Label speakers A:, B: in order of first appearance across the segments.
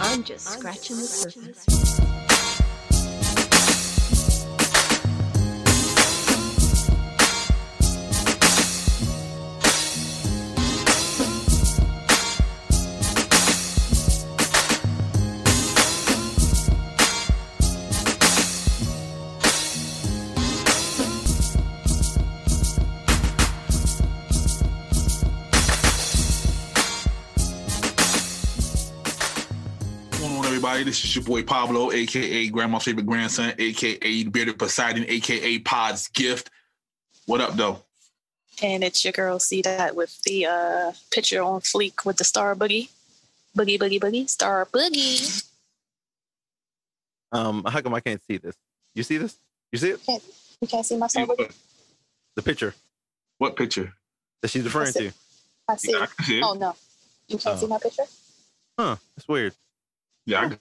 A: I'm just scratching the surface.
B: going on, everybody? This is your boy Pablo, aka Grandma's favorite grandson, aka Bearded Poseidon, aka Pod's gift. What up, though?
C: And it's your girl see that with the uh picture on fleek with the star boogie. Boogie boogie boogie star boogie.
D: Um, how come I can't see this? You see this? You see it?
C: You can't see my star boogie?
D: The picture
B: What picture?
D: that she's referring
C: That's it.
D: to.
C: I see.
B: Yeah,
C: it.
B: I can see it.
C: Oh no. You can't
D: Oh.
C: see my picture?
D: Huh? That's weird.
B: Yeah, I can-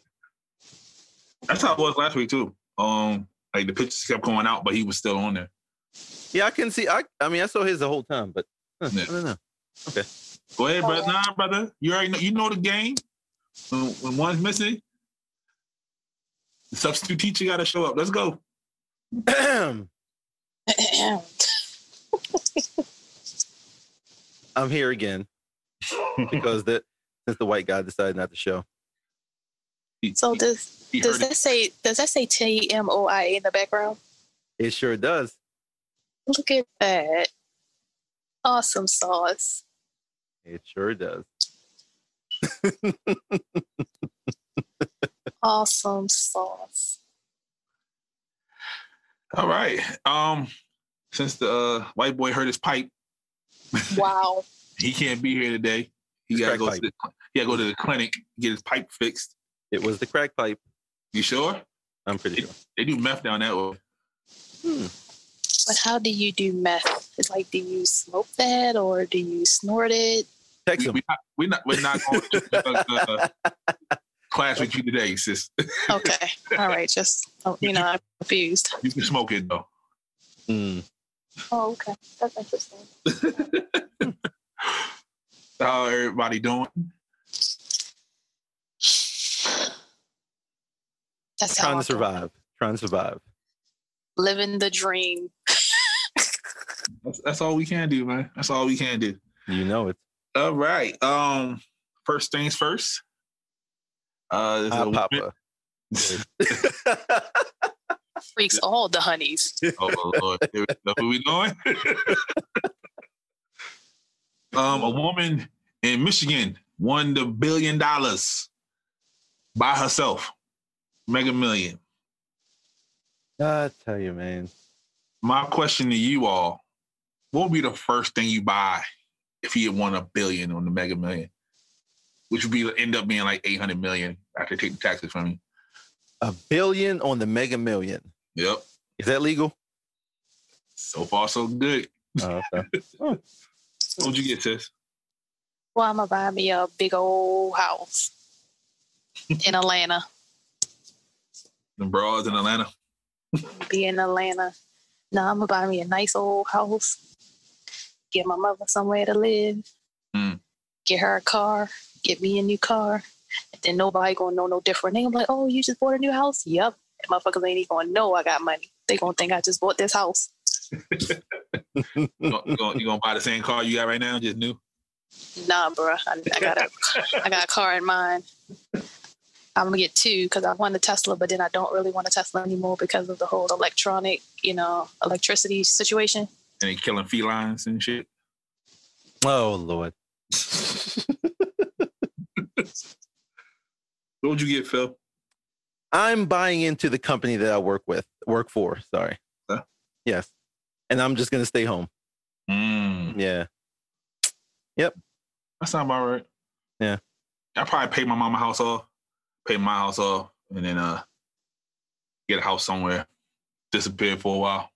B: that's how it was last week too. Um, like the pictures kept going out, but he was still on there.
D: Yeah, I can see. I I mean, I saw his the whole time, but huh,
B: Yeah.
D: I don't know.
B: Go ahead,
C: Oh,
B: brother.
C: yeah.
B: Nah, brother. You already know. You know the game. When, when one's missing, the substitute teacher got to show up. Let's go.
D: I'm here again because that since the white guy decided not to show.
B: He-
C: so
B: he-
C: does
B: he
C: does
B: heard it.
C: that say does that say T M O I A in the background?
D: It sure does.
C: Look at that. Awesome sauce.
D: It sure does.
C: Awesome sauce.
B: All right. Um, since the uh, white boy hurt his pipe,
C: Wow.
B: he can't be here today. He
D: His
B: gotta
D: crack
B: go. To
D: pipe.
B: the, he gotta go to the clinic get his pipe fixed.
D: It was the crack pipe.
B: You sure?
D: I'm pretty sure.
B: They do meth down that way.
D: Hmm.
C: but how do you do meth? It's like do you smoke that or do you snort it?
D: Text
B: We,
D: him.
B: we not, we're not. We're not going to uh, class with you today, sis.
C: Okay. All right. Just, oh, you know, I'm confused.
B: You can smoke it though.
D: Hmm.
C: Oh, okay. That's interesting.
B: How everybody doing?
C: That's how
D: Trying
C: I'm
D: to survive. Trying to survive.
C: Living the dream.
B: That's, that's all we can do, man. That's all we can do.
D: You know it.
B: All right. Um, first things first. Uh, there's
D: Hi,
B: a woman-
D: Papa.
C: Freaks all the honeys.
B: Oh Lord, here we go. Where we going? um, a woman in Michigan won the billion dollars by herself, Mega Million.
D: I tell you, man.
B: My question to you all: What would be the first thing you buy if you had won a billion on the Mega Million? Which would be end up being like eight hundred million after taking taxes from you.
D: A billion on the Mega Million.
B: Yep.
D: Is that legal?
B: So far, so good.
D: Oh, okay.
B: What'd you get, sis?
C: Well, I'm going to buy me a big old house in Atlanta.
B: The bras in Atlanta.
C: Be in Atlanta. No, I'm going to buy me a nice old house. Get my mother somewhere to live.
D: Hmm.
B: Mm.
C: Get her a car. Get me a new car. And then nobody going to know no different. They going to be like, oh, you just bought a new house? Yep. Motherfuckers ain't even going to know I got money. They going to think I just bought this house.
B: You gonna, you gonna- you gonna buy the same car you got right now, just new?
C: Nah, bruh. I, I got a, I got a car in mind. I'm gonna get two because I want a Tesla, but then I don't really want a Tesla anymore because of the whole electronic, you know, electricity situation.
B: and they killing felines and shit.
D: oh Lord.
B: What would you get, Phil?
D: I'm buying into the company that I work with, work for. Sorry.
B: Huh?
D: Yes. And I'm just gonna stay home.
B: Mm,
D: Yeah.
B: that sound about right.
D: Yeah.
B: I probably pay my mama house off, pay my house off, and then uh get a house somewhere, disappear for a while.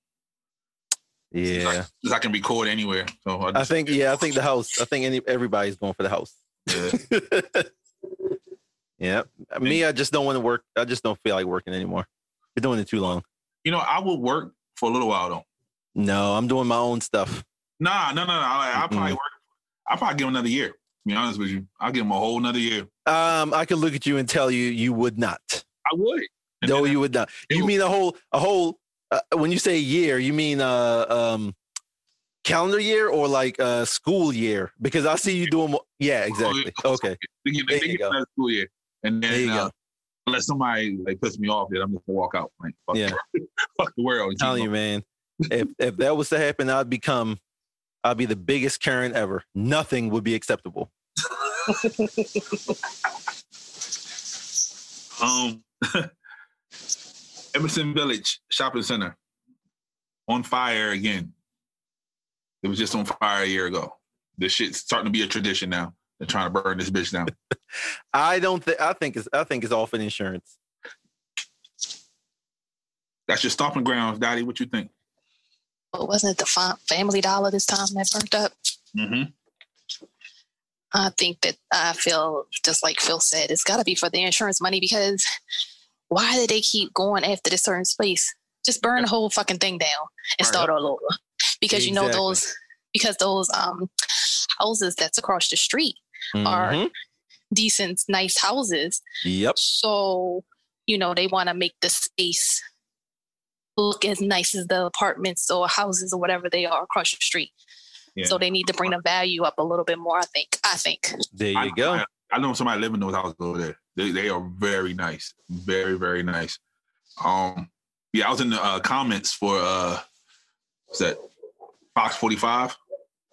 D: Yeah.
B: 'Cause I can record anywhere. So
D: I think yeah, I think the house. I think any everybody's going for the house.
B: yeah.
D: yeah. Me, I just don't want to work. I just don't feel like working anymore. You're doing it too long.
B: you know I would work for a little while though.
D: No, I'm doing my own stuff.
B: Nah, no, no, no. I, I probably
D: Mm-mm.
B: work. I probably give 'em another year. be honest with you. I'll give him a whole nother year.
D: Um, I could look at you and tell you you would not.
B: I would. And
D: no,
B: then
D: you would not.
B: it
D: You
B: would-
D: mean a whole a whole uh, when you say year, you mean uh um calendar year or like uh school year? Because I see you doing mo- yeah, exactly. Okay.
B: They get,
D: There
B: they
D: you
B: get
D: go.
B: another school year. And
D: There
B: then
D: you
B: uh, unless somebody like puts me off, then I'm just gonna walk out. Like fuck,
D: Yeah.
B: fuck the world.
D: I'm telling you, man. If if that was to happen, I'd become I'd be the biggest Karen ever. Nothing would be acceptable.
B: Um, Emerson Village Shopping Center on fire again. It was just on fire a year ago. This shit's starting to be a tradition now. They're trying to burn this bitch down.
D: I don't think I think it's I think it's all for insurance.
B: That's your stomping grounds, Daddy. What you think?
C: But wasn't it the fa- Family Dollar this time that burnt up?
B: Mm-hmm.
C: I think that I feel just like Phil said, it's got to be for the insurance money because why do they keep going after this certain space? Just burn the whole fucking thing down and
B: Right.
C: start all over because you know
D: Exactly.
C: those because those um houses that's across the street Alright.
D: Mhm.
C: decent nice houses
D: Yep.
C: so you know they want to make the space look as nice as the apartments or houses or whatever they are across the street
B: Yeah.
C: so they need to bring the value up a little bit more i think i think
D: There you go.
B: I, I know somebody living in those houses over there. They, they are very nice, very very nice. Um, yeah, I was in the uh, comments for uh, what's that Fox Forty Five,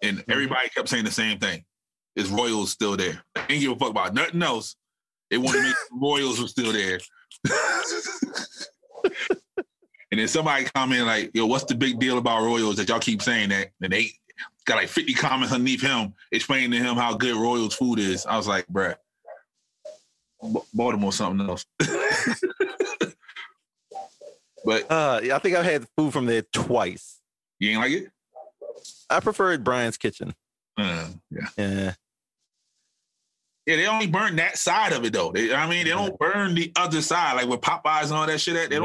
B: and everybody kept saying the same thing: "Is Royals still there?" They didn't give a fuck about nothing else. They want to make sure Royals were still there. and then somebody commented like, "Yo, what's the big deal about Royals that y'all keep saying that?" And they got like 50 comments underneath him explaining to him how good Royals food is. I was like, bruh, B- Baltimore something else. but
D: Uh, yeah, I think I've had food from there twice.
B: you ain't like it?
D: I preferred Brian's Kitchen.
B: Uh, yeah.
D: Yeah.
B: Yeah, they only burn that side of it though. They, I mean, they don't burn the other side, like with Popeyes and all that shit at. They don't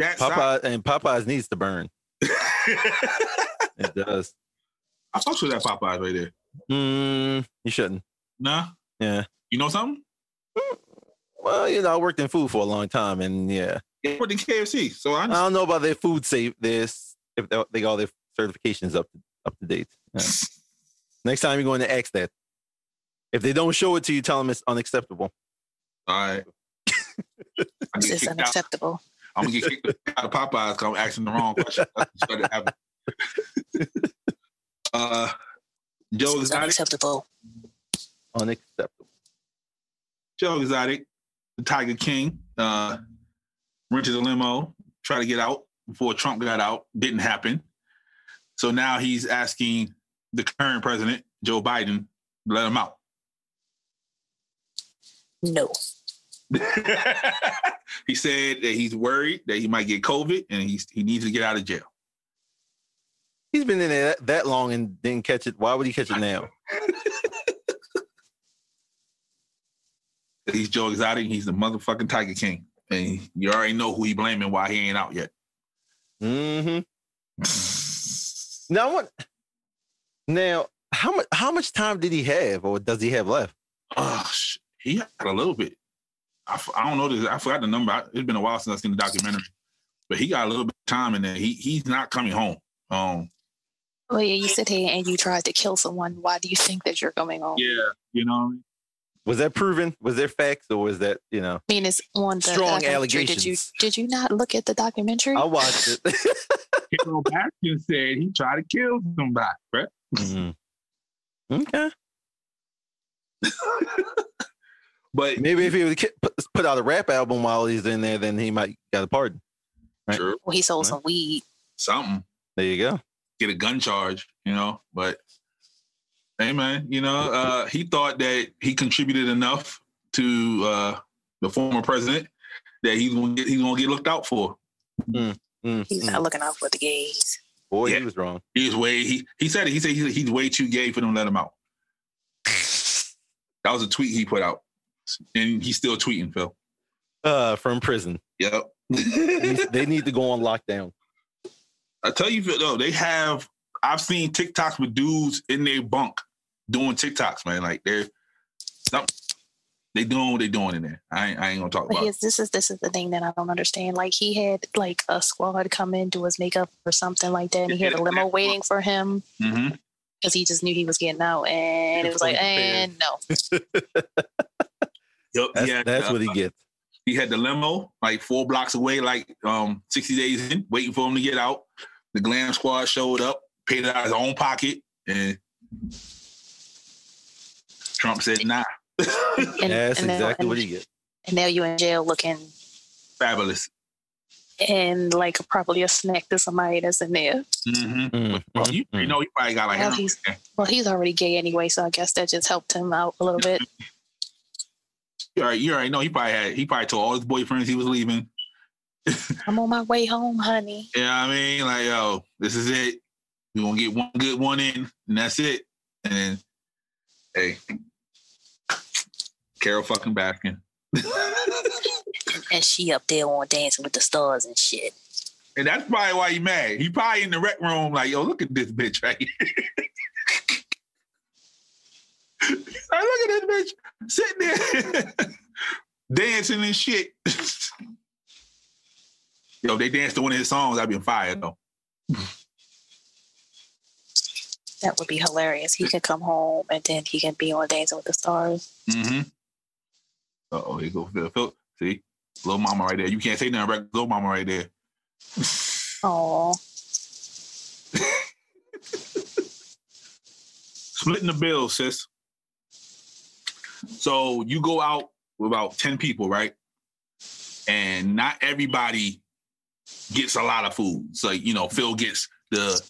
B: burn
D: Yep.
B: that side.
D: Popeye and Popeyes needs to burn. It does.
B: I fucks with that Popeyes right there.
D: Mm, you shouldn't.
B: Nah.
D: Yeah.
B: You know something?
D: Well, you know, I worked in food for a long time, and yeah,
B: Yeah, with the KFC. So I
D: I don't know about their food safe. This if they they got all their certifications up up to date. Yeah. Next time you're going to ask that. If they don't show it to you, tell them it's unacceptable.
B: all right. I
C: this
B: get
C: is
B: kicked out.
C: unacceptable
B: I'm gonna get kicked out of Popeyes because I'm asking the wrong question. That's what's gonna happen. uh, Joe
C: This is
B: Exotic,
C: unacceptable
D: Unacceptable.
B: Joe Exotic, the Tiger King, uh, rented a limo, tried to get out before Trump got out. Didn't happen. So now he's asking the current president, Joe Biden, to let him out.
C: no
B: he said that he's worried that he might get COVID and he's, he needs to get out of jail.
D: He's been in there that, that long and didn't catch it. Why would he catch it now?
B: He's Joe Exotic. He's the motherfucking Tiger King, and you already know who he blaming why he ain't out yet.
D: Mm-hmm. Now what? Now how much? How much time did he have, or does he have left?
B: oh, sh- he had a little bit. I, f- I don't know. This, I forgot the number. I, it's been a while since I've seen the documentary, but he got a little bit of time in there. He he's not coming home. Um,
C: well Oh, yeah you sit here and you tried to kill someone why do you think that you're coming home
B: yeah, you know. what I mean?
D: Was that proven? Was there facts, or was that you know?
C: I mean, it's on the
D: Strong
C: documentary. Did you
D: allegations.
C: did you not look at the documentary?
D: I watched it.
B: Carol Baskin said he tried to kill somebody, right?
D: Mhm. Okay.
B: But
D: Maybe if he would ki- put- put out a rap album while he's in there, then he might got a pardon. Right.
B: Sure,
C: Well, he sold
D: Huh?
C: some weed.
B: something
D: There you go.
B: get a gun charge, you know. But hey, man, you know, uh, he thought that he contributed enough to uh, the former president that he's gonna get, he's gonna get looked out for.
D: Mm,
C: He's
D: mm.
C: not looking out for the gays.
D: Boy,
B: Yeah.
D: he was wrong.
B: He's way he he said it. He said he's, he's way too gay for them to let him out. That was a tweet he put out, and he's still tweeting, Phil.
D: Uh, from prison,
B: Yep.
D: He's- they need to go on lockdown.
B: I tell you, Phil, though, they have. I've seen TikToks with dudes in their bunk doing TikToks, man. Like they're They doing what they doing in there. I ain't, I ain't gonna talk
C: But
B: about. it.
C: yes, this is this is the thing that I don't understand. Like he had like a squad come in do his makeup or something like that, and he had a limo waiting for him
B: Mm-hmm.
C: because he just knew he was getting out, and it was like, and no,
B: Yep.
D: That's,
B: yeah,
D: that's what he gets.
B: He had the limo like four blocks away, like um 60 days in, waiting for him to get out. The glam squad showed up, paid it out of his own pocket, and Trump said, "Nah,
C: and,
D: That's
C: and
D: exactly
C: now, and,
D: what he gets.
C: and now you in jail looking
B: fabulous."
C: and like probably a snack to somebody that's in there.
B: Mm-hmm.
D: Mm,
B: Well, you,
D: mm,
B: you know, he probably got like
C: Well,
B: heroin.
C: he's- Well, he's already gay anyway, so I guess that just helped him out a little bit.
B: You already, you already know he probably had. He probably told all his boyfriends he was leaving.
C: I'm on my way home, honey.
B: You know what I mean? Like, yo, this is it. We gonna get one good one in, and that's it. And then, hey, Carol fucking Baskin.
C: And she up there on Dancing with the Stars and shit.
B: And that's probably why he mad. He probably in the rec room, like, yo, look at this bitch right here. Like, look at this bitch sitting there dancing and shit. yo, if they danced to one of his songs, I'd been fired though.
C: That would be hilarious. He could come home and then he can be on Dancing with the Stars.
B: Mm-hmm. Uh oh, here go Phil. Phil. See, little mama right there. You can't say nothing about little mama right there.
C: Oh,
B: Splitting the bill, sis. So you go out with about 10 people, right? And not everybody gets a lot of food. So, you know, Phil gets the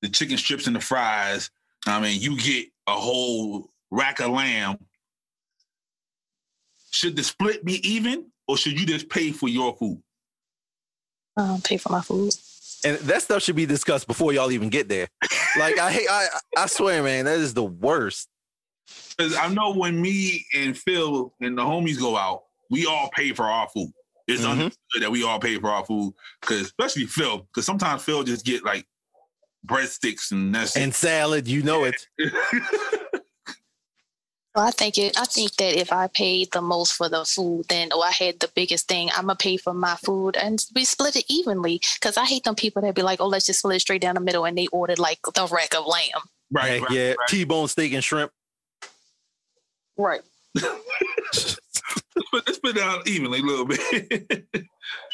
B: the chicken strips and the fries. I mean, you get a whole rack of lamb. Should the split be even or should you just pay for your food?
C: um, pay for my food.
D: and that stuff should be discussed before y'all even get there. Like I hate, I I swear, man, that is the worst.
B: Because I know when me and Phil and the homies go out, we all pay for our food. It's
D: Mhm.
B: understood that we all pay for our food, because especially Phil, because sometimes Phil just get like breadsticks and that's
D: And salad, you know it.
C: Well, I think it. I think that if I paid the most for the food, then oh, I had the biggest thing. I'm gonna pay for my food, and we split it evenly. Cause I hate them people that be like, "Oh, let's just split it straight down the middle," and they ordered like the rack of lamb.
B: right,
D: Heck
B: right,
D: yeah,
B: right.
D: T-bone steak and shrimp.
C: Right.
B: But let's put it down evenly a little bit.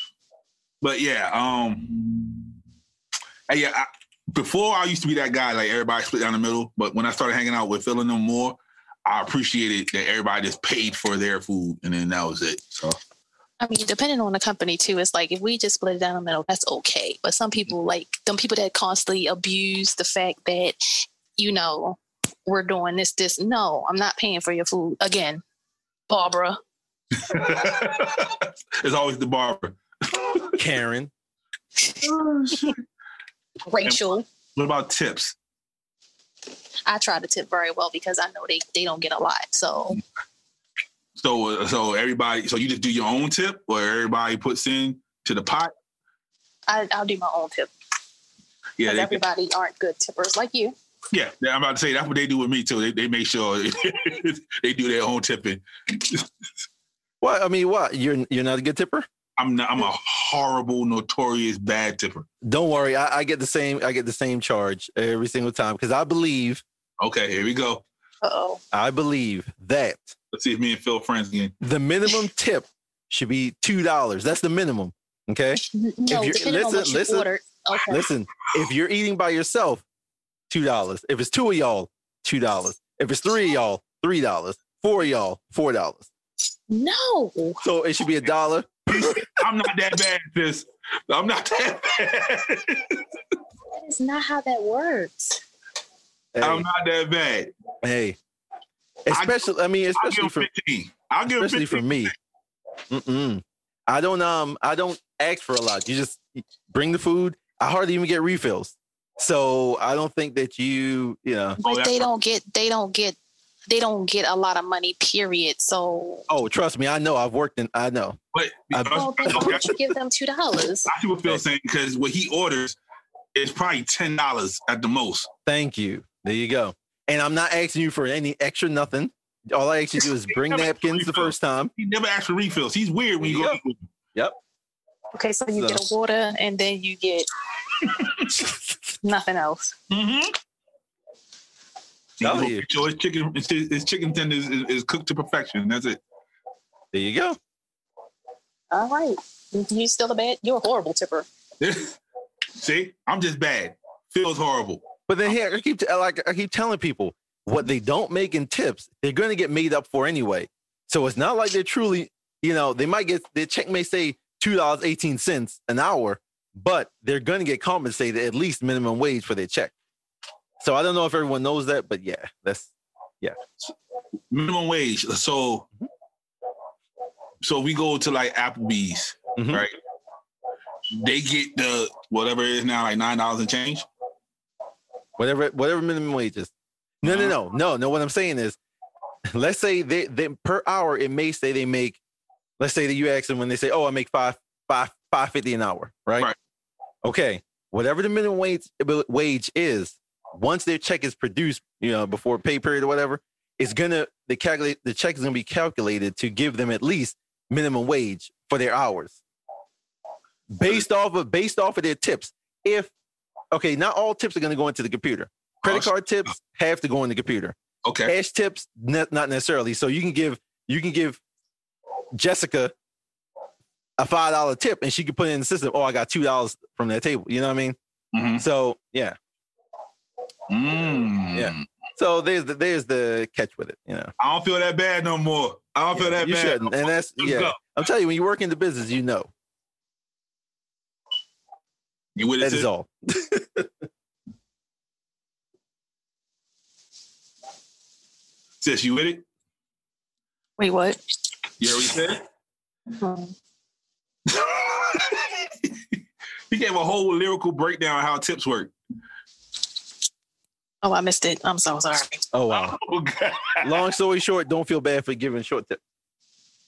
B: but yeah, um, hey, yeah. I, before I used to be that guy, like everybody split down the middle. But when I started hanging out with Phil and them more, I appreciated that everybody just paid for their food, and then that was it. So
C: I mean, depending on the company too, it's like if we just split it down the middle, that's okay. But some people, like them people that constantly abuse the fact that, you know, we're doing this, this. No, I'm not paying for your food again, Barbara.
B: it's always the barber.
D: Karen,
C: Rachel,
B: What about tips?
C: I try to tip very well because I know they they don't get a lot. So
B: So, uh, so everybody, so you just do your own tip, or everybody puts in to the pot.
C: I, I'll do my own tip
B: Mm-hmm. Yeah,
C: because
B: they,
C: everybody aren't good tippers like you.
B: yeah. I'm about to say that's what they do with me too. They, they make sure they do their own tipping.
D: what? I mean, what? You're you're not a good tipper.
B: I'm not, I'm a horrible, notorious bad tipper.
D: Don't worry, I, I get the same. I get the same charge every single time because I believe,
B: Okay, here we go.
C: Uh oh.
D: I believe that
B: Let's see if me and Phil friends again.
D: the minimum tip should be two dollars. That's the minimum. Okay.
C: No,
D: you're-
C: depending on
D: listen-
C: what you
D: listen-
C: ordered. Okay.
D: Listen, if you're eating by yourself, two dollars. If it's two of y'all, two dollars. If it's three of y'all, three dollars. Four of y'all, four dollars.
C: No.
D: So it should be a dollar.
B: I'm not that bad at this. I'm not that bad.
C: That is not how that works.
D: Hey,
B: I'm not that bad.
D: hey. especially I, mean,
B: I'll give
D: especially
B: him
D: for
B: 15. I'll give him
D: especially
B: 15.
D: for me. Mm-mm. I don't um I don't ask for a lot. You just bring the food. I hardly even get refills. So I don't think that you you know
B: Oh,
C: but
B: that's
C: they
B: right.
C: don't get they don't get they don't get a lot of money period so
D: oh trust me I know I've worked in I know
B: But
D: I-
B: Oh,
C: well, then why don't you give them two dollars
B: I see what Phil's saying because what he orders is probably ten dollars at the most.
D: Thank you. There you go. And I'm not asking you for any extra nothing. All I actually do is bring
B: Yeah, but-
D: napkins the first time.
B: He never asked for refills. He's weird when you go.
D: Yeah.
B: eat
C: Okay, so you get a
D: So-
C: water and then you get nothing else.
B: Mm-hmm.
D: Tell you.
B: So his chicken, his, his chicken tenders is, is cooked to perfection. That's it.
D: There you go.
C: All right. You still a bad? You're a horrible tipper.
B: See, I'm just bad. Feels horrible.
D: But then here, I keep like I keep telling people what they don't make in tips, they're going to get made up for anyway. So it's not like they're truly, you know, they might get their check may say two dollars eighteen cents an hour, but they're going to get compensated at least minimum wage for their check. So I don't know if everyone knows that, but yeah, that's
B: Minimum wage. So, so we go to like Applebee's,
D: Mhm.
B: right? They get the whatever it is now, like nine dollars and change.
D: whatever whatever minimum wage is. No, no, no, no, no. What I'm saying is, let's say they, they per hour it may say they make. Let's say that you ask them when they say, "Oh, I make five five five fifty an hour," right?
B: Right.
D: Okay, whatever the minimum wage wage is, once their check is produced, you know, before pay period or whatever, it's gonna the calculate the check is gonna be calculated to give them at least minimum wage for their hours, based off of based off of their tips. If okay, not all tips are gonna go into the computer. Credit
B: Awesome.
D: card tips have to go in the computer.
B: Okay.
D: Cash tips, ne- not necessarily. So you can give you can give Jessica a five dollar tip, and she can put it in the system. Oh, I got two dollars from that table. You know what I mean?
B: Mhm.
D: So yeah.
B: Mm.
D: Yeah. So there's the, there's the catch with it. You know,
B: I don't feel that bad no more. I don't feel that
D: you
B: bad.
D: shouldn't. And that's
B: Let's
D: yeah.
B: go.
D: I'm telling you, when you work in the business, you know
B: You with
D: that is
B: it?
D: all.
B: Sis, you with it?
C: Wait, what?
B: You already said it? he gave a whole lyrical breakdown of how tips work.
C: Oh, I missed it. I'm so sorry.
D: Oh wow.
B: Oh God.
D: Long story short, don't feel bad for giving short tips.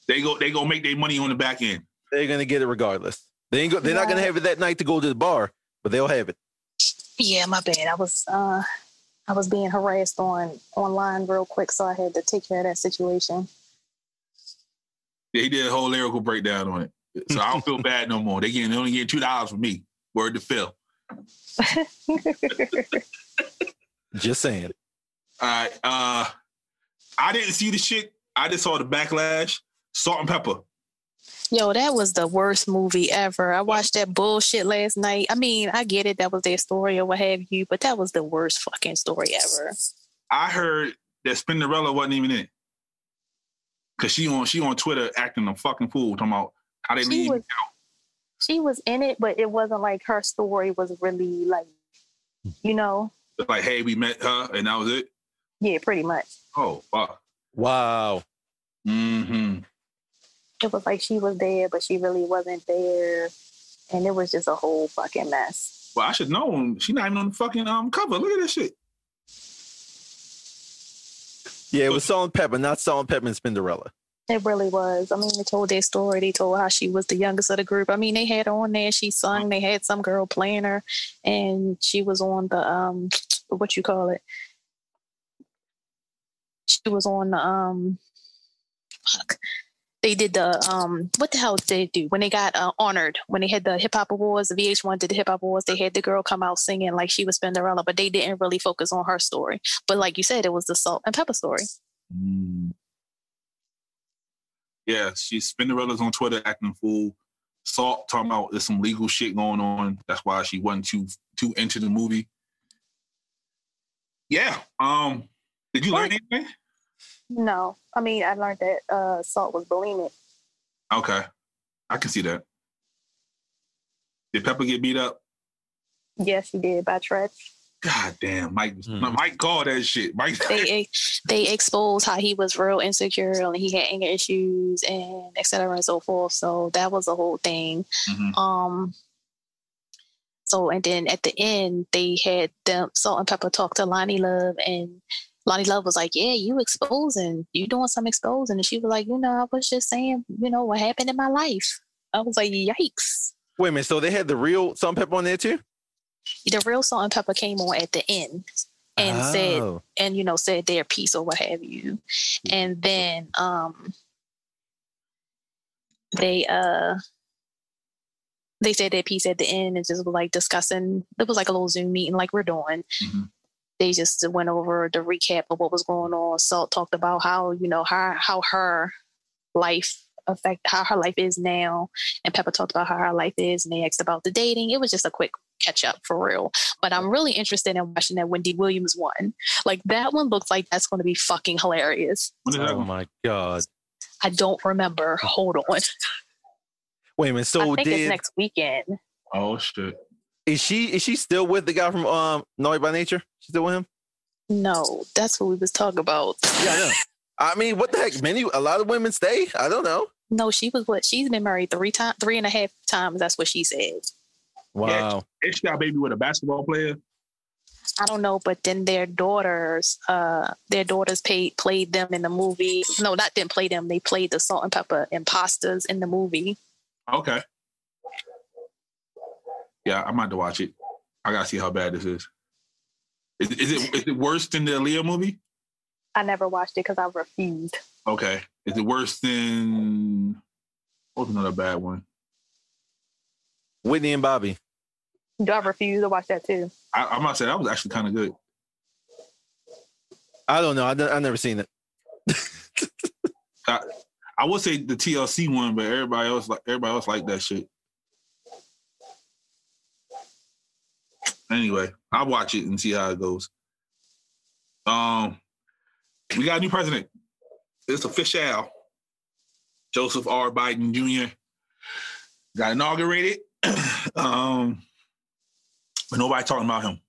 B: They go they gonna make their money on the back end.
D: They're gonna get it regardless. They ain't go, they're not gonna
C: Yeah.
D: have it that night to go to the bar, but they'll have it.
C: Yeah, my bad. I was uh, I was being harassed on online real quick, so I had to take care of that situation.
B: Yeah, he did a whole lyrical breakdown on it. So I don't feel bad no more. They getting they only getting two dollars from me. Word to Phil.
D: Just saying.
B: All right. Uh I didn't see the shit. I just saw the backlash. Salt and pepper.
C: Yo, that was the worst movie ever. I watched that bullshit last night. I mean, I get it. That was their story or what have you, but that was the worst fucking story ever.
B: I heard that Spinderella wasn't even in it. Cause she on she on Twitter acting a fucking fool, talking about how they
C: She
B: leave.
C: was, she was in it, but it wasn't like her story was really like, you know,
B: like, hey, we met her and that was it.
C: yeah, pretty much.
B: Oh fuck.
D: Wow.
B: Mm-hmm.
C: It was like she was there, but she really wasn't there, and it was just a whole fucking mess.
B: Well, I should know. She's not even on the fucking um cover. Look at that shit.
D: Yeah, it was salt and pepper, not salt and pepper and Spinderella.
C: It really was. I mean, they told their story. They told how she was the youngest of the group. I mean, they had her on there. She sung. They had some girl playing her, and she was on the um, what you call it? She was on the um, fuck. They did the um, what the hell did they do when they got uh, honored? When they had the hip hop awards, the VH1 did the hip hop awards. They had the girl come out singing like she was Cinderella, but they didn't really focus on her story. But like you said, it was the salt and pepper story.
B: Yeah, she's Spinderella's on Twitter acting a fool. Salt talking about there's some legal shit going on. That's why she wasn't too too into the movie. Yeah. Um. Did you learn anything?
C: No, I mean I learned that uh, salt was bulimic.
B: Okay, I can see that. Did Pepper get beat up?
C: Yes, she did by Tretch.
B: God damn, Mike.
D: Hmm.
B: Mike called that shit. Mike.
C: They they exposed how he was real insecure and he had anger issues and et cetera and so forth. So that was the whole thing.
B: Mhm.
C: Um. So and then at the end they had them Salt and Pepper talk to Lonnie Love and Lonnie Love was like, "Yeah, you exposing, you doing some exposing," and she was like, "You know, I was just saying, you know, what happened in my life." I was like, "Yikes!"
D: Wait a minute. So they had the real salt and pepper on there too?
C: The real Salt and Pepper came on at the end. and said
D: Oh,
C: and you know said their piece or what have you and then um they uh they said their piece at the end and just were like discussing it was like a little zoom meeting like we're doing
B: Mhm.
C: they just went over the recap of what was going on salt talked about how you know how how her life affect how her life is now and pepper talked about how her life is and they asked about the dating it was just a quick catch up for real but i'm really interested in watching that wendy williams one like that one looks like that's going to be fucking hilarious
B: When is that
D: oh
B: one?
D: my God.
C: i don't remember hold on
D: Wait a minute. So
C: i think it's
D: did
C: next weekend
B: Oh shit!
D: is she is she still with the guy from um Naughty by Nature? She's still with him?
C: no that's what we was talking about
D: Yeah, I know. I mean, what the heck? Many a lot of women stay. I don't know.
C: no she was what she's been married three times three and a half times that's what she said
D: Wow.
B: Is she got a baby with a basketball player?
C: I don't know, but then their daughters, uh, their daughters paid, played them in the movie. No, not didn't play them. They played the Salt and Pepper imposters in the movie.
B: Okay. Yeah, I'm about to watch it. I gotta see how bad this is. Is, is it is it worse than the Leo movie?
C: I never watched it because I refused.
B: Okay. Is it worse than what was another bad one?
D: Whitney and Bobby.
C: Do I refuse to watch that too?
B: I, I'm about to say that was actually kind of good.
D: I don't know. I have never seen it.
B: I would say the TLC one, but everybody else like everybody else like that shit. Anyway, I'll watch it and see how it goes. Um, we got a new president. It's official. Joseph R. Biden Jr. got inaugurated. um, but nobody talking about him.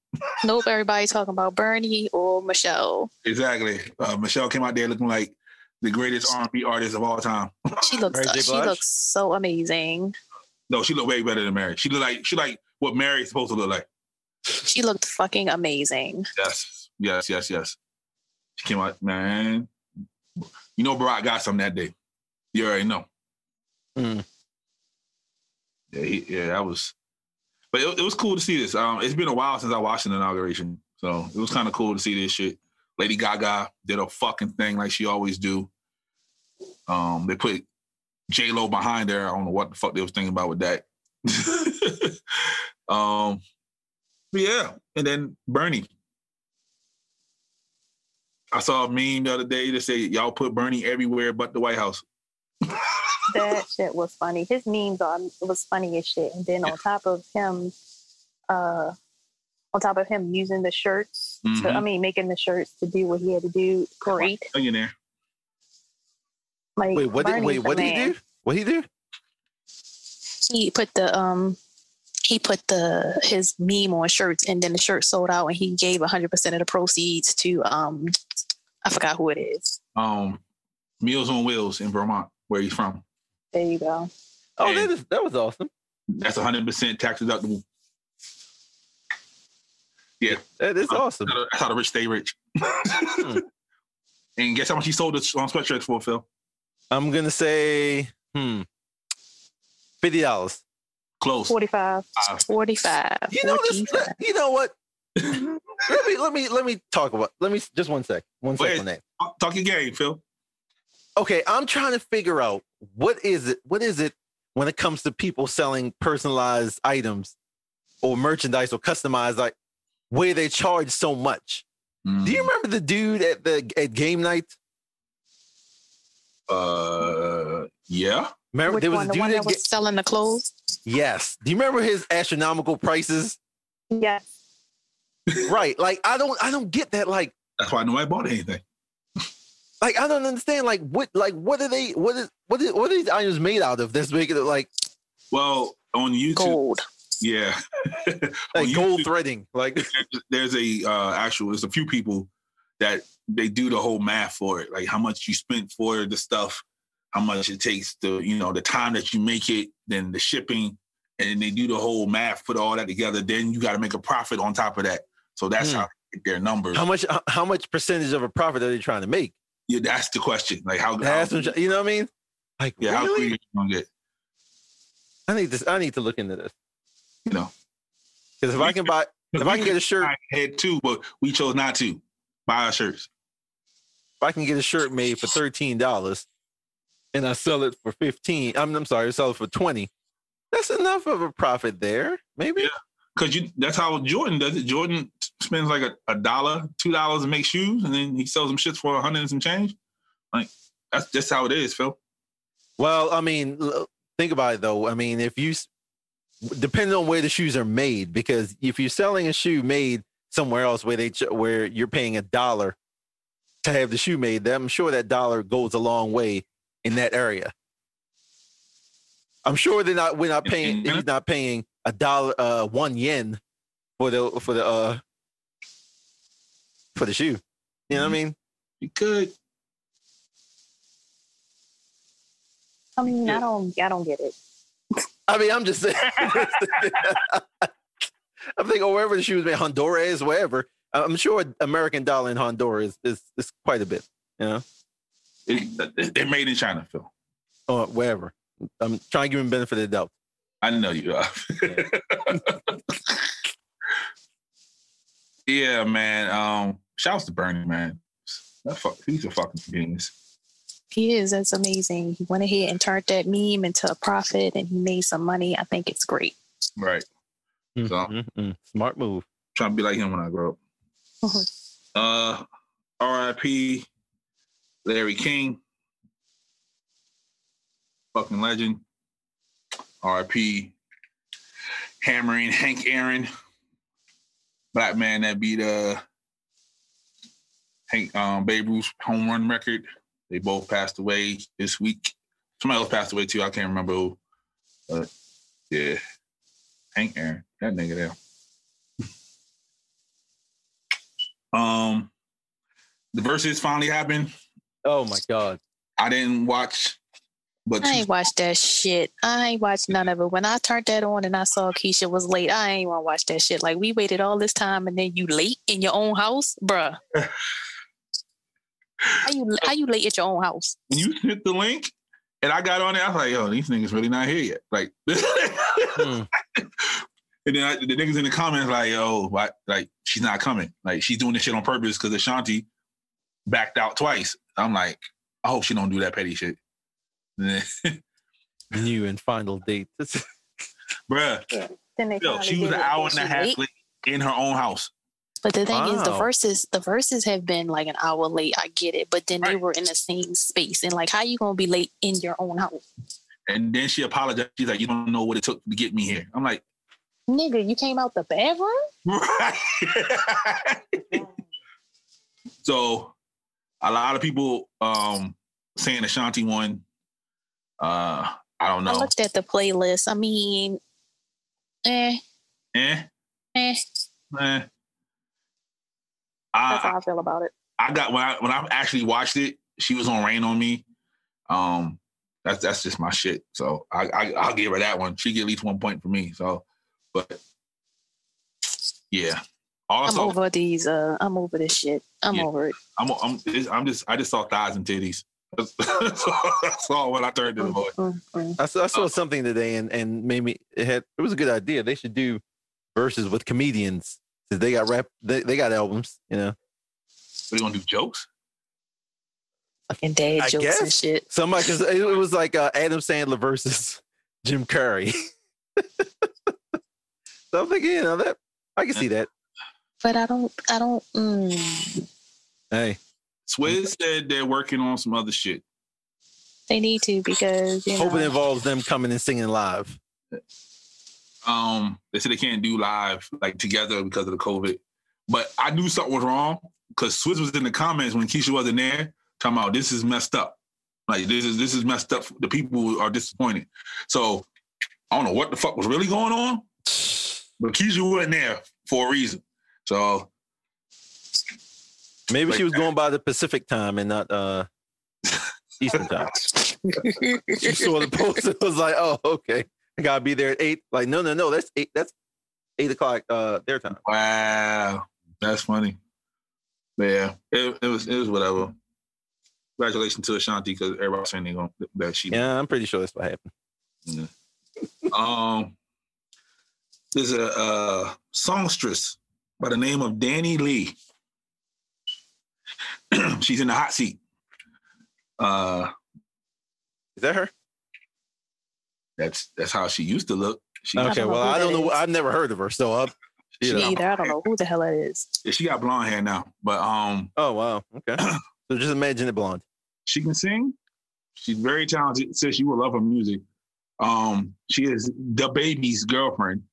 C: Nope. Everybody talking about Bernie or Michelle.
B: Exactly. Uh, Michelle came out there looking like the greatest R&B artist of all time.
C: She looks.
D: Mary J.
C: she
D: Blige?
C: looks so amazing.
B: No, she looked way better than Mary. She looked like she like what Mary's supposed to look like.
C: She looked fucking amazing.
B: Yes, yes, yes, yes. She came out, man. You know, Barack got something that day. You already know.
D: Mm.
B: Yeah, he, yeah, that was. But it, it was cool to see this. Um, it's been a while since I watched an inauguration, so it was kind of cool to see this shit. Lady Gaga did a fucking thing like she always do. Um, they put J Lo behind her. I don't know what the fuck they was thinking about with that. um, but yeah, and then Bernie. I saw a meme the other day that said y'all put Bernie everywhere but the White House.
C: that shit was funny. His memes on was funny as shit. And then on top of him, uh, on top of him using the shirts, to, I
D: Mm-hmm.
B: Mhm.
C: mean, making the shirts to do what he had to do. Great.
B: Millionaire.
C: Like,
D: Wait, what did
C: Bernie's
D: wait,
C: the
D: what did he
C: man.
D: do? What he do?
C: He put the um, he put the his meme on shirts, and then the shirt sold out, and he gave hundred percent of the proceeds to um, I forgot who it is.
B: Um, Meals on Wheels in Vermont, where he's from.
C: There you go.
D: Oh,
B: And-
D: that is that was awesome.
B: That's 100% tax deductible.
D: That is awesome.
B: That's how the- that's how the rich stay rich. and guess how much he sold this on sweatshirts for, Phil?
D: I'm gonna say hmm. Fifty dollars.
B: Close.
C: 45,
B: Uh,
C: 45,
D: You know this.
C: 45.
D: that- You know what? let me let me let me talk about. Let me just one sec. One
B: Wait.
D: second. on that.
B: Talk your game, Phil.
D: okay i'm trying to figure out what is it what is it when it comes to people selling personalized items or merchandise or customized like where they charge so much do
B: Mm.
D: you remember the dude at the at game night
B: Uh, yeah.
D: remember
C: Which
D: there was
C: one?
D: a
C: The
D: dude
C: one
D: at
C: that
D: Ga-
C: was selling the clothes?
D: yes do you remember his astronomical prices
C: Yeah.
D: right like i don't i don't get that like
B: That's why nobody bought anything.
D: like i don't understand like what like what are they what is what is what are these items made out of that's making it like
B: Well, on YouTube,
C: Gold.
B: yeah.
D: like
B: you
D: gold
B: do-
D: threading like
B: there's a uh, actual there's a few people that they do the whole math for it like how much you spent for the stuff how much it takes to you know the time that you make it then the shipping and they do the whole math put all that together then you got to make a profit on top of that so that's
D: Hmm.
B: how they get their numbers
D: how much how- how much percentage of a profit are they trying to make
B: yeah, that's the question like how, how
D: That's what you know what I mean? Like
B: yeah how
D: really?
B: greedy you gonna get
D: I need this. I need to look into this
B: you know
D: because if I can buy If I can get a shirt,
B: I had two, but we chose not to buy our shirts.
D: if I can get a shirt made for thirteen dollars, and I sell it for fifteen, I'm I'm sorry, sell it for twenty. That's enough of a profit there. Maybe
B: Yeah. Cause you that's how Jordan does it. Jordan spends like a, a dollar, two dollars to make shoes, and then he sells them shits for a hundred and some change. Like that's just how it is, Phil.
D: Well, I mean, l- think about it though. I mean, if you, s- depending on where the shoes are made, because if you're selling a shoe made somewhere else where they ch- where you're paying a dollar to have the shoe made, then I'm sure that dollar goes a long way in that area. I'm sure they're not we're not
B: In-
D: paying
B: in
D: he's not paying a dollar uh one yen for the for the uh for the shoe. You know what I mean?
B: You could.
C: I mean, I don't, I don't get it.
D: I mean, I'm just saying. I'm thinking, or wherever the shoes made, Honduras, wherever. I- I'm sure American dollar in Honduras is, is quite a bit,
B: It, it- they're made in China, Phil.
D: or uh, wherever. I'm trying to give him benefit of the doubt.
B: I know you are. yeah, man. Um, shouts to Bernie, man. That fuck, he's a fucking genius.
C: He is. That's amazing. He went ahead and turned that meme into a profit, and he made some money. I think it's great.
B: Right.
D: Mhm, mhm. Smart move.
B: Trying to be like him when I grow up.
C: Mhm.
B: uh, R.I.P. Larry King. Fucking legend. R.I.P. Hammering Hank Aaron. Black man that beat uh Hank um Babe Ruth's home run record. They both passed away this week. Somebody else passed away too. I can't remember who. But yeah. Hank Aaron. That nigga there. Um, the verses finally happened.
D: Oh my God.
B: I didn't watch, but
C: I ain't watched that shit. I ain't watched none of it. When I turned that on and I saw Keisha was late, I ain't want to watch that shit. Like we waited all this time, and then you late in your own house, bruh. how you how you late at your own house?
B: when you sent the link, and I got on it, I was like, "Yo, these niggas really not here yet." Like, and
D: Mm.
B: then I, the niggas in the comments like, "Yo, why, like she's not coming. Like she's doing this shit on purpose because Ashanti backed out twice." I'm like, "I hope she don't do that petty shit."
D: New and final date. This-
B: Bruh,
C: Then they
B: yo,
C: finally
B: she was
C: did
B: an
C: it.
B: hour and
C: She
B: a half
C: late.
B: late in her own house.
C: But the thing is, the
D: Wow.
C: verses the verses have been like an hour late. I get it, but then they
B: Right.
C: were in the same space, and like, how you gonna be late in your own house,
B: And then she apologized. She's like, "You don't know what it took to get me here." I'm like,
C: nigga? You came out the bathroom.
B: Right. so a lot of people um saying Ashanti won. Uh I don't
C: I
B: know.
C: looked at the playlist. I mean, eh,
B: Eh,
C: eh.
B: eh.
C: That's
B: I
C: how I feel about it.
B: I got when I when I actually watched it, she was on Rain on Me. Um that's that's just my shit. So I, I I'll give her that one. She get at least one point for me. So but yeah.
C: I'm
B: Also,
C: over these. Uh, I'm over this shit. I'm
B: Yeah.
C: over it.
B: I'm I'm it's- I'm just I just saw thighs and titties. That's, that's all, that's all when I turned to the boy.
C: Mm, mm.
D: I saw, I saw something today and, and made me, it, had, it was a good idea. They should do verses with comedians. 'Cause They got rap, they, they got albums, you know.
B: What are you gonna do? Jokes?
C: Fucking dad
D: I
C: jokes and
D: guess.
C: shit.
D: Somebody, cause it was like uh, Adam Sandler versus Jim Curry. so I'm thinking, you know, that I can see that.
C: But I don't. I don't. Mm,
D: Hey,
B: Swizz said they're working on some other shit.
C: they need to because you
D: hope it
C: know.
D: involves them coming and singing live.
B: Um, they said they can't do live like together because of the COVID. But I knew something was wrong because Swizz was in the comments when Keisha wasn't there, talking about this is messed up. Like this is this is messed up. The people are disappointed. So I don't know what the fuck was really going on, but Keisha wasn't there for a reason. So
D: Maybe
B: Like
D: she was going by the Pacific time and not uh Eastern time. She saw the post and was like, "Oh, okay, I gotta be there at 8. Like, no, no, no, that's eight. That's eight o'clock uh their time.
B: Wow, that's funny. But yeah, it, it was it was whatever. Congratulations to Ashanti because everybody's saying they gonna that she.
D: Yeah, I'm pretty sure that's what happened.
B: Um, there's a uh, songstress by the name of Danny Lee. She's in the hot seat. Uh,
D: Is that her?
B: that's that's how she used to look. She,
C: I don't
D: Okay.
C: know
D: Well,
C: who
D: I don't
C: that
D: know.
C: is.
D: I've never heard of her. So, uh, you
B: she,
D: know.
C: Me either. I don't know who the hell it is.
B: she got blonde hair now, but um,
D: Oh wow. Okay. so just imagine it blonde.
B: She can sing. She's very talented. Says you will love her music. Um, she is the baby's girlfriend.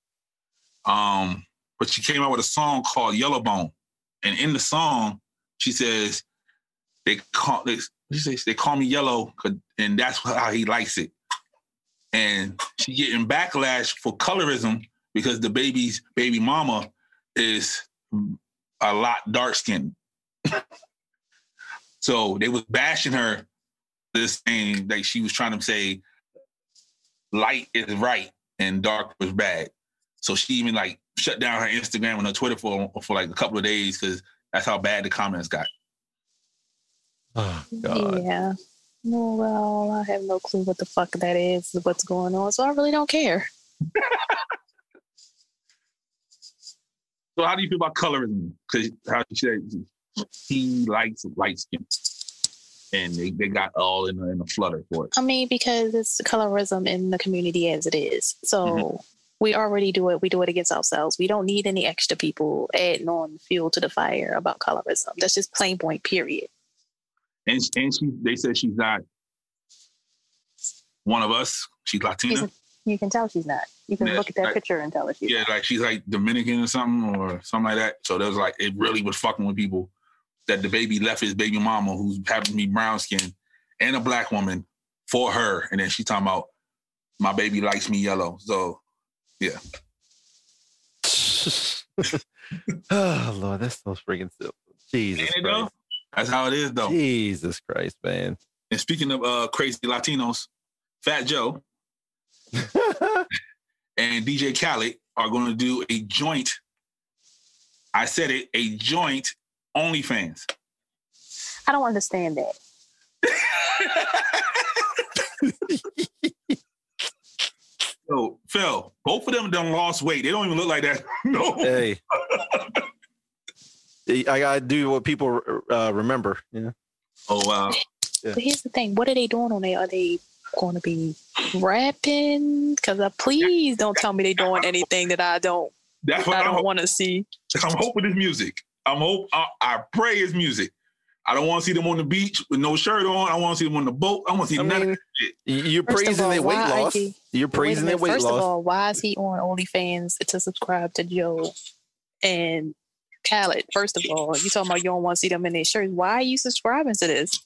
B: Um, but she came out with a song called Yellow Bone, and in the song, she says they call they, she says, they call me yellow, 'cause- and that's how he likes it. And she getting backlash for colorism because the baby's baby mama is a lot dark skinned. So they was bashing her this thing that she was trying to say light is right and dark was bad. So she even like shut down her Instagram and her Twitter for for like a couple of days because that's how bad the comments got.
D: Oh God.
C: Yeah. No, well, I have no clue what the fuck that is, what's going on, so I really don't care.
B: So how do you feel about colorism? Because how she said he likes light skin, and they, they got all in a, in a flutter for it.
C: I mean, because it's colorism in the community as it is. So
B: Mm-hmm.
C: we already do it. We do it against ourselves. We don't need any extra people adding on fuel to the fire about colorism. That's just plain point, period.
B: And and she they said she's not one of us. She's Latina.
C: She's a- You can tell she's not. You can
B: Yeah,
C: look at that
B: right.
C: picture and tell her she's
B: yeah, like she's like Dominican or something or something like that. So that was like it really was fucking with people that the baby left his baby mama, who's happened to be brown skinned and a black woman, for her, and then she talking about my baby likes me yellow. So
D: oh Lord, that's so freaking silly. Jesus
B: ain't it though?
D: Christ.
B: That's how it is though.
D: Jesus Christ, man.
B: And speaking of uh, crazy Latinos, Fat Joe and DJ Khaled are going to do a joint. I said it, a joint OnlyFans.
C: I don't understand that.
B: So Phil, both of them done lost weight. They don't even look like that. no.
D: hey. I gotta do what people uh, remember. You know?
B: Oh wow.
C: But here's the thing: what are they doing on there? Are they going to be rapping? Because I please don't tell me they're doing anything that I don't
B: That's what
C: I
B: I'm,
C: don't want to see.
B: I'm hoping is music. I'm hope I, I pray it's music. I don't want to see them on the beach with no shirt on. I want to see them on the boat. I want to see
D: I
B: none of
D: mean,
B: shit.
D: you're
C: First of
D: praising
C: all,
D: their weight
C: why aren't
D: loss.
C: you-
D: You're
C: Wait a
D: praising their
C: minute,
D: weight
C: First of
D: loss.
C: all, why is he on OnlyFans to subscribe to Joe and Khaled? First of all, you talking about you don't want to see them in their shirts? Why are you subscribing to this?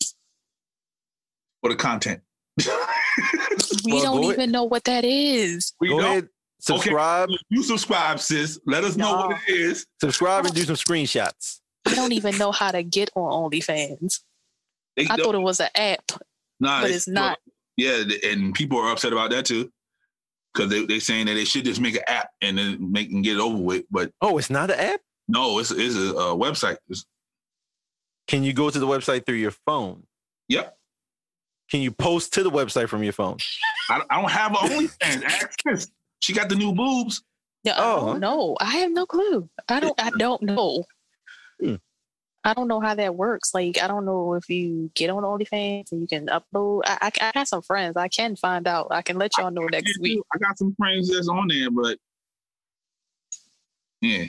B: for the content.
C: We
D: Well,
C: don't
D: go-
C: even know what that is.
B: we
D: Go
B: don't.
D: ahead, subscribe,
B: You subscribe, sis. Let us know what it is.
D: subscribe, and do some screenshots.
C: We don't even know how to get on OnlyFans.
B: They,
C: I thought it was an app,
B: nah,
C: but
B: they-
C: it's not.
B: Yeah, th- and people are upset about that too. Because they they saying that they should just make an app and then make and get it over with. But
D: Oh, it's not an app.
B: no, it's it's a, uh website. It's-
D: Can you go to the website through your phone?
B: Yep.
D: Can you post to the website from your phone?
B: I, I don't have an OnlyFans. Ask sis. She got the new boobs.
C: Yeah,
D: Oh,
C: I don't
D: okay.
C: know. I have no clue. I don't. I don't know.
D: Hmm.
C: I don't know how that works. Like, I don't know if you get on OnlyFans and you can upload. I, I, I got some friends. I can find out. I can let y'all know next
B: Yeah,
C: week.
B: I got some friends that's on there, but yeah.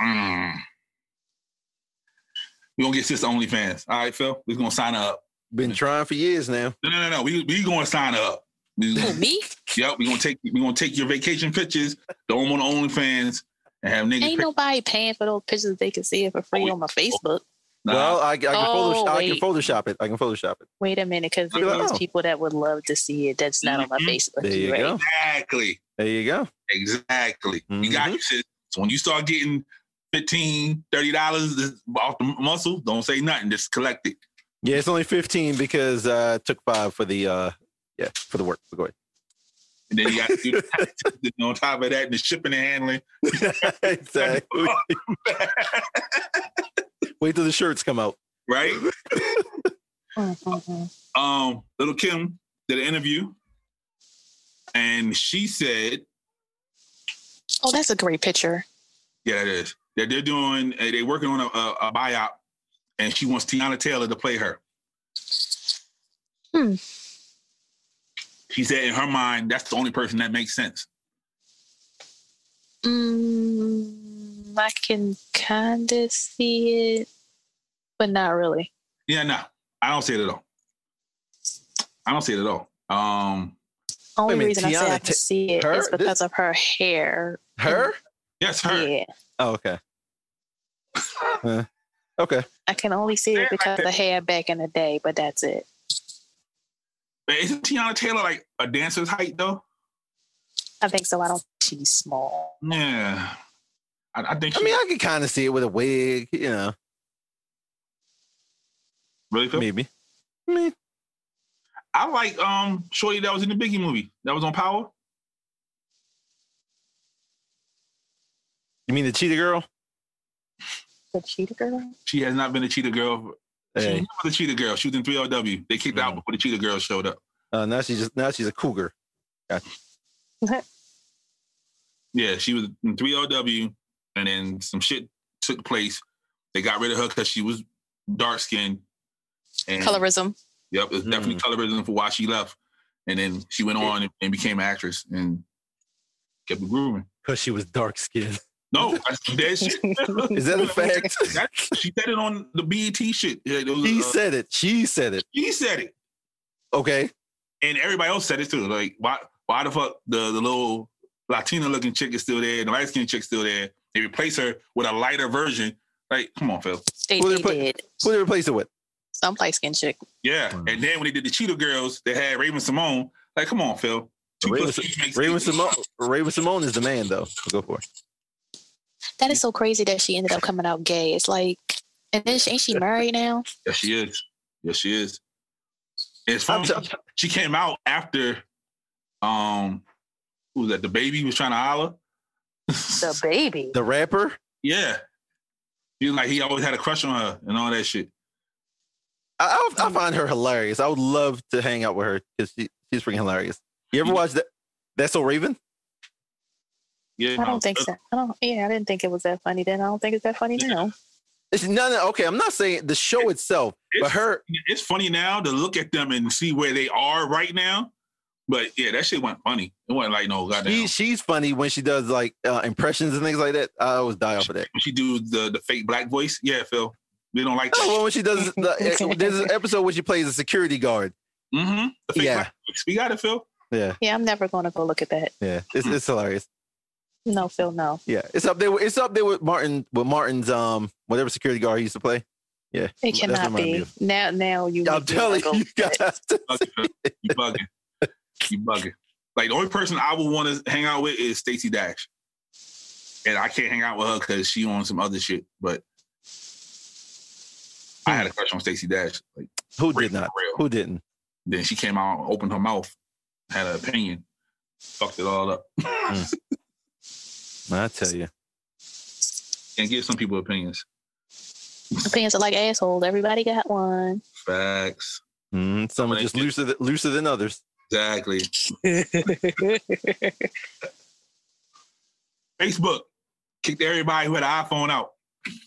B: Mm. We gonna get sis OnlyFans. All right, Phil. We're gonna sign her up.
D: Been trying for years now.
B: No, no, no, no. We we gonna sign her up. We
C: Who,
B: gonna,
C: me?
B: yep, we gonna take we gonna take your vacation pictures, throw them on OnlyFans, and have niggas.
C: Ain't
B: pic-
C: nobody paying for those pictures. They can see it for free on my Facebook.
B: Nah,
D: Well, I, I can
C: Oh,
D: photoshop, I can
C: wait.
D: Photoshop it. I can Photoshop it.
C: Wait a minute, because
B: Look at
C: there's
D: that.
C: people that would love to see it. That's not on my
B: Mhm.
C: Facebook.
D: Oh. There you
C: right?
D: go.
B: exactly,
D: There you go.
B: exactly. You got
D: Mhm.
B: you, sis. So when you start getting 15 dollars off the muscle, don't say nothing. Just collect it.
D: Yeah, it's only fifteen because uh, I took five for the uh, yeah for the work. But go
B: And then you got to do the taxes and on top of that and the shipping and handling.
D: ahead. exactly. Wait till the shirts come out.
B: right?
C: Mm, mm, mm.
B: Um, little Kim did an interview and she said
C: Oh, that's a great picture.
B: Yeah, it is. They're, they're doing. uh, They're working on a, a, a biop, and she wants Tiana Taylor to play her.
C: Hmm.
B: She said in her mind, that's the only person that makes sense.
C: Mm, I can kind of see it, but not really.
B: Yeah, no, I don't see it at all. I don't see it at all. Um,
C: Only
D: minute,
C: reason I say I
D: Tiana
C: can
D: Ta-
C: see it is
D: her?
C: because of her hair.
D: Her?
B: yes, her.
C: Yeah,
D: Oh, okay. Huh. okay.
C: I can only see
B: Hair
C: it
B: like
C: because of
B: that.
C: the hair back in the day, but that's it.
B: But Isn't Tiana Taylor like a dancer's height though?
C: I think so. I don't. She's small.
B: Yeah, I, I think.
D: I
B: she-
D: mean, I could kind of see it with a wig, you know,
B: really feel-
D: maybe. Meh.
B: I like um Shorty that was in the Biggie movie that was on Power.
D: You mean the cheetah girl?
C: The cheetah girl.
B: She has not been a cheetah girl. She was
D: Hey. Mm.
B: never the cheetah girl. She was in 3LW. They kicked her out before the cheetah girl showed up.
D: Uh, now she's just now she's a cougar.
B: Yeah, she was in 3LW, and then some shit took place. They got rid of her because she was dark skinned. And
C: Colorism.
B: Yep, it's
D: Mm.
B: definitely colorism for why she left. And then she went on and, and became an actress and kept it grooving.
D: Cause she was dark skinned.
B: No, that's some dead shit.
D: Is that a fact?
B: That- she said it on the BET shit. Yeah, it was,
D: She
B: uh,
D: said it. She said it.
B: she said it.
D: Okay.
B: and everybody else said it too. Like, why why the fuck the, the little Latina looking chick is still there, the light skinned chick's still there. They replace her with a lighter version. Like, come on, Phil.
C: They,
D: Well,
C: they
D: they put-
C: did.
D: Who they replace it with?
C: Some light skin chick.
B: Yeah.
D: Wow.
B: And then when they did the Cheetah Girls, they had Raven Simone. Like, come on, Phil. Two
D: Raven,
B: plus two makes
D: Raven
B: three.
D: Simone. Raven Simone is the man, though. Go for it.
C: That is so crazy that she ended up coming out gay. It's like, and then she, ain't she married now?
B: Yes, she is. Yes, she is. And it's
D: I'm
B: funny.
D: t-
B: she came out after um who was that? The baby was trying to holler.
C: The baby.
D: the rapper.
B: yeah. He was like he always had a crush on her and all that shit.
D: I, I, I find her hilarious. I would love to hang out with her because she, she's freaking hilarious. You ever
B: You-
D: watch that? That's so Raven.
B: Yeah,
C: I don't think so. I don't. Yeah, I didn't think it was that funny then. I don't think it's that funny now.
D: It's no, no. Okay, I'm not saying the show itself, but
B: It's-
D: her.
B: it's funny now to look at them and see where they are right now. But yeah, that shit went funny. It wasn't like no goddamn.
D: She, she's funny when she does like uh, impressions and things like that. I always die off of that.
B: when she do the the fake black voice, yeah, Phil. We don't like
D: Oh,
B: that.
D: well, when she does the, eh, there's an episode where she plays a security guard.
B: Mm-hmm. The fake
D: Oh. Yeah.
B: black voice. We got it, Phil.
D: Yeah,
C: Yeah, I'm never going to go look at that.
D: yeah, it's,
B: Hmm.
D: it's hilarious.
C: No, Phil, no.
D: Yeah, it's up there. with- It's up there with Martin. With Martin's um whatever security guard he used to play. Yeah,
C: It
D: that's
C: cannot
D: remind me
C: be.
D: of-
C: Now, now you.
D: I'm telling
C: oh,
D: you guys.
B: Fuck it, Phil. You bugging. You bugging. Like the only person I would want to hang out with is Stacey Dash. And I can't hang out with her because she on some other shit. But I had a crush on Stacey Dash. Like
D: Who
B: for
D: did not?
B: real.
D: Who didn't?
B: Then she came out, and opened her mouth, had an opinion, fucked it all up.
D: I tell you.
B: and give some people opinions.
C: Opinions are like assholes. Everybody got one.
B: Facts.
D: Mm, some are
B: Thank
D: just
B: you.
D: looser th- looser than others.
B: Exactly. Facebook kicked everybody who had an iPhone out.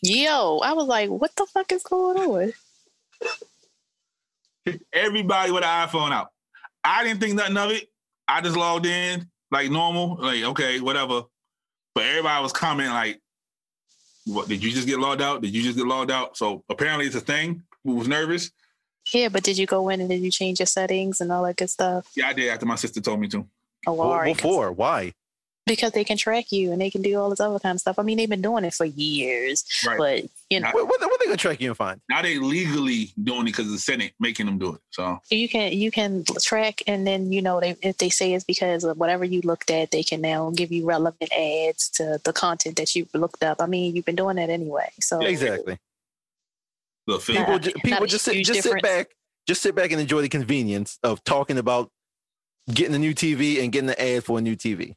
C: Yo, I was like, what the fuck is going on?
B: Kicked everybody with an iPhone out. I didn't think nothing of it. I just logged in like normal, like okay, whatever. But everybody was commenting like, "What did you just get logged out? Did you just get logged out?" So apparently it's a thing. Who was nervous?
C: Yeah, but did you go in and did you change your settings and all that good stuff?
B: Yeah, I did after my sister told me to.
C: Oh,
D: What,
C: all
D: what
C: right.
D: for? Why?
C: Because they can track you and they can do all this other kind of stuff. I mean, they've been doing it for years,
B: Right.
C: but you know,
B: I-
D: What, what, what they gonna track you and find?
B: Now they legally doing it because the Senate making them do it. So
C: you can you can track and then you know they if they say it's because of whatever you looked at, they can now give you relevant ads to the content that you looked up. I mean, you've been doing that anyway, so
D: Exactly.
B: look, Phil,
D: People,
C: Yeah.
D: ju-
C: Not
D: people
C: a
D: just sit,
C: huge
D: just sit
C: difference.
D: back, just sit back and enjoy the convenience of talking about getting a new TV and getting an ad for a new TV.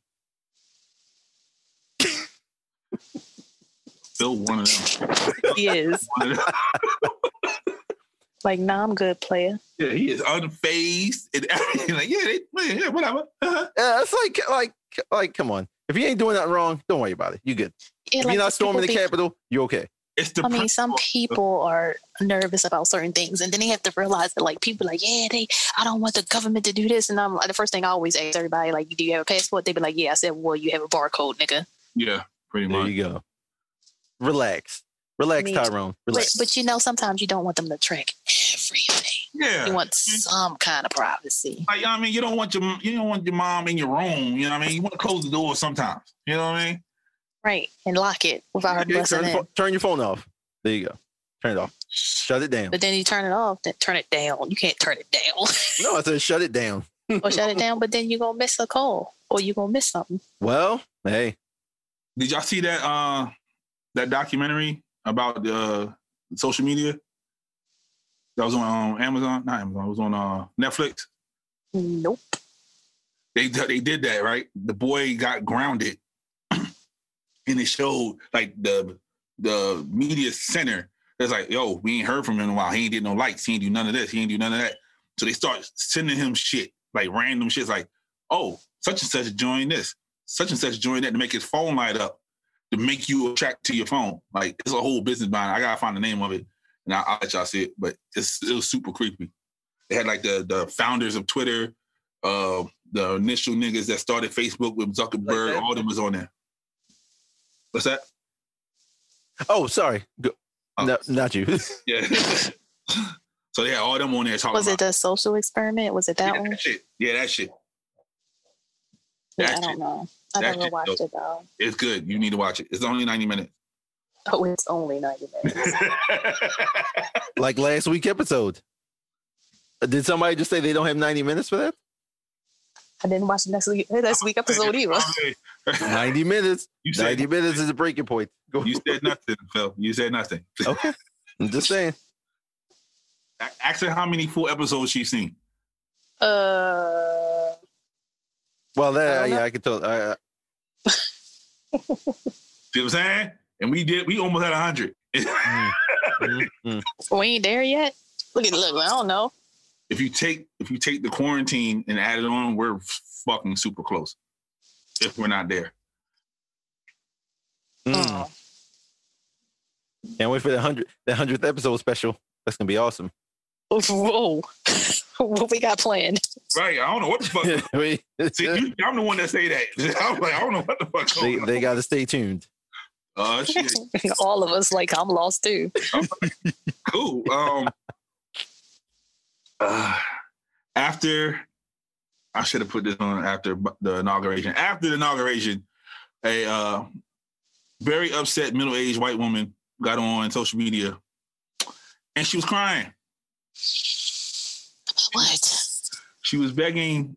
B: Phil one of them.
C: he is
B: One of them.
C: like, nah, I'm good, player.
B: Yeah, he is unfazed and everything. Like, yeah, they, yeah, whatever. Uh-huh.
D: Uh, it's like, like, like, come on. If you ain't doing nothing wrong, don't worry about it. You good.
C: It,
D: If
C: like,
D: you're not
C: if
D: storming the
C: people be-
D: Capitol, you're okay.
B: It's the
C: I mean, some
B: principle.
C: people are nervous about certain things, and then they have to realize that, like, people are like, yeah, they, I don't want the government to do this, and I'm like, the first thing I always ask everybody, like, do you have a passport? They be like, yeah. I said, well, you have a barcode, nigga.
B: Yeah, pretty
D: There
B: much.
D: you go. Relax. Relax,
C: mean,
D: Tyrone.
C: But,
D: Relax.
C: but you know, sometimes you don't want them to track everything. You
B: Yeah.
C: want some kind of privacy.
B: Like I mean, you don't want your you don't want your mom in your room. You know what I mean? You want to close the door sometimes. You know what I mean?
C: Right. And lock it without her
D: Okay,
C: blessing
D: turn, the
C: in.
D: pho- turn your phone off. There you go. Turn it off. Shut it down.
C: But then you turn it off, then turn it down. You can't turn it down
D: No, I said shut it down.
C: or shut it down, but then you're going to miss a call or you're going to miss something.
D: Well, hey,
B: Did y'all see that uh that documentary about the uh, social media? That was on um, Amazon, not Amazon. It was on uh, Netflix.
C: Nope.
B: They they did that right. The boy got grounded, and it showed like the the media center. It's like, yo, we ain't heard from him in a while. He ain't did no likes. He ain't do none of this. He ain't do none of that. So they start sending him shit, like random shit, like, oh, such and such joined this, such and such joined that to make his phone light up, to make you attract to your phone. Like it's a whole business behind. it. I gotta find the name of it, and I, I'll let y'all see it. But it's it was super creepy. They had like the the founders of Twitter, uh, the initial niggas that started Facebook with Zuckerberg.
D: that?
B: all them was on there. What's that?
D: Oh, sorry. Go-
B: Oh.
D: No, not you.
B: Yeah. so they had all them on there talking
C: Was it
B: about
C: the social experiment? Was it that
B: Oh yeah,
C: one?
B: that shit. Yeah, that shit.
C: Yeah, I
B: That
C: don't
B: shit.
C: know. I
B: That
C: never
B: shit
C: watched
B: dope.
C: it though.
B: It's good. You need to watch it. It's only 90 minutes.
C: Oh, it's only 90 minutes.
D: like last week episode. Uh, Did somebody just say they don't have 90 minutes for that?
C: I didn't watch the next week, next week episode either.
D: 90 minutes.
B: you said
D: 90 minutes is a breaking point. Go.
B: you said nothing, Phil. You said nothing.
D: okay. I'm just saying.
B: A- Ask her how many full episodes she's seen.
C: Uh,
D: Well, that,
C: I don't
D: yeah,
C: know.
D: I can tell. I, I-
B: See what I'm saying? And we did. We almost had hundred.
D: Mm. mm, mm.
C: we ain't there yet. Look at look. I don't know.
B: if you take if you take the quarantine and add it on, we're fucking super close. If we're not there,
C: Oh.
D: Mm. Can't wait for the hundred the hundredth episode special. That's gonna be awesome.
C: Oh, Whoa, what we got planned?
B: right? I don't know what the fuck.
D: We-
B: See, you, I'm the one that say that. I'm like, I don't know what the fuck.
D: they
B: Going on.
D: they gotta stay tuned.
B: Uh, shit.
C: All of us, like I'm lost too.
B: cool. Um, uh, after I should have put this on after bu- the inauguration. After the inauguration, a uh, very upset middle-aged white woman got on social media, and she was crying.
C: What?
B: She was begging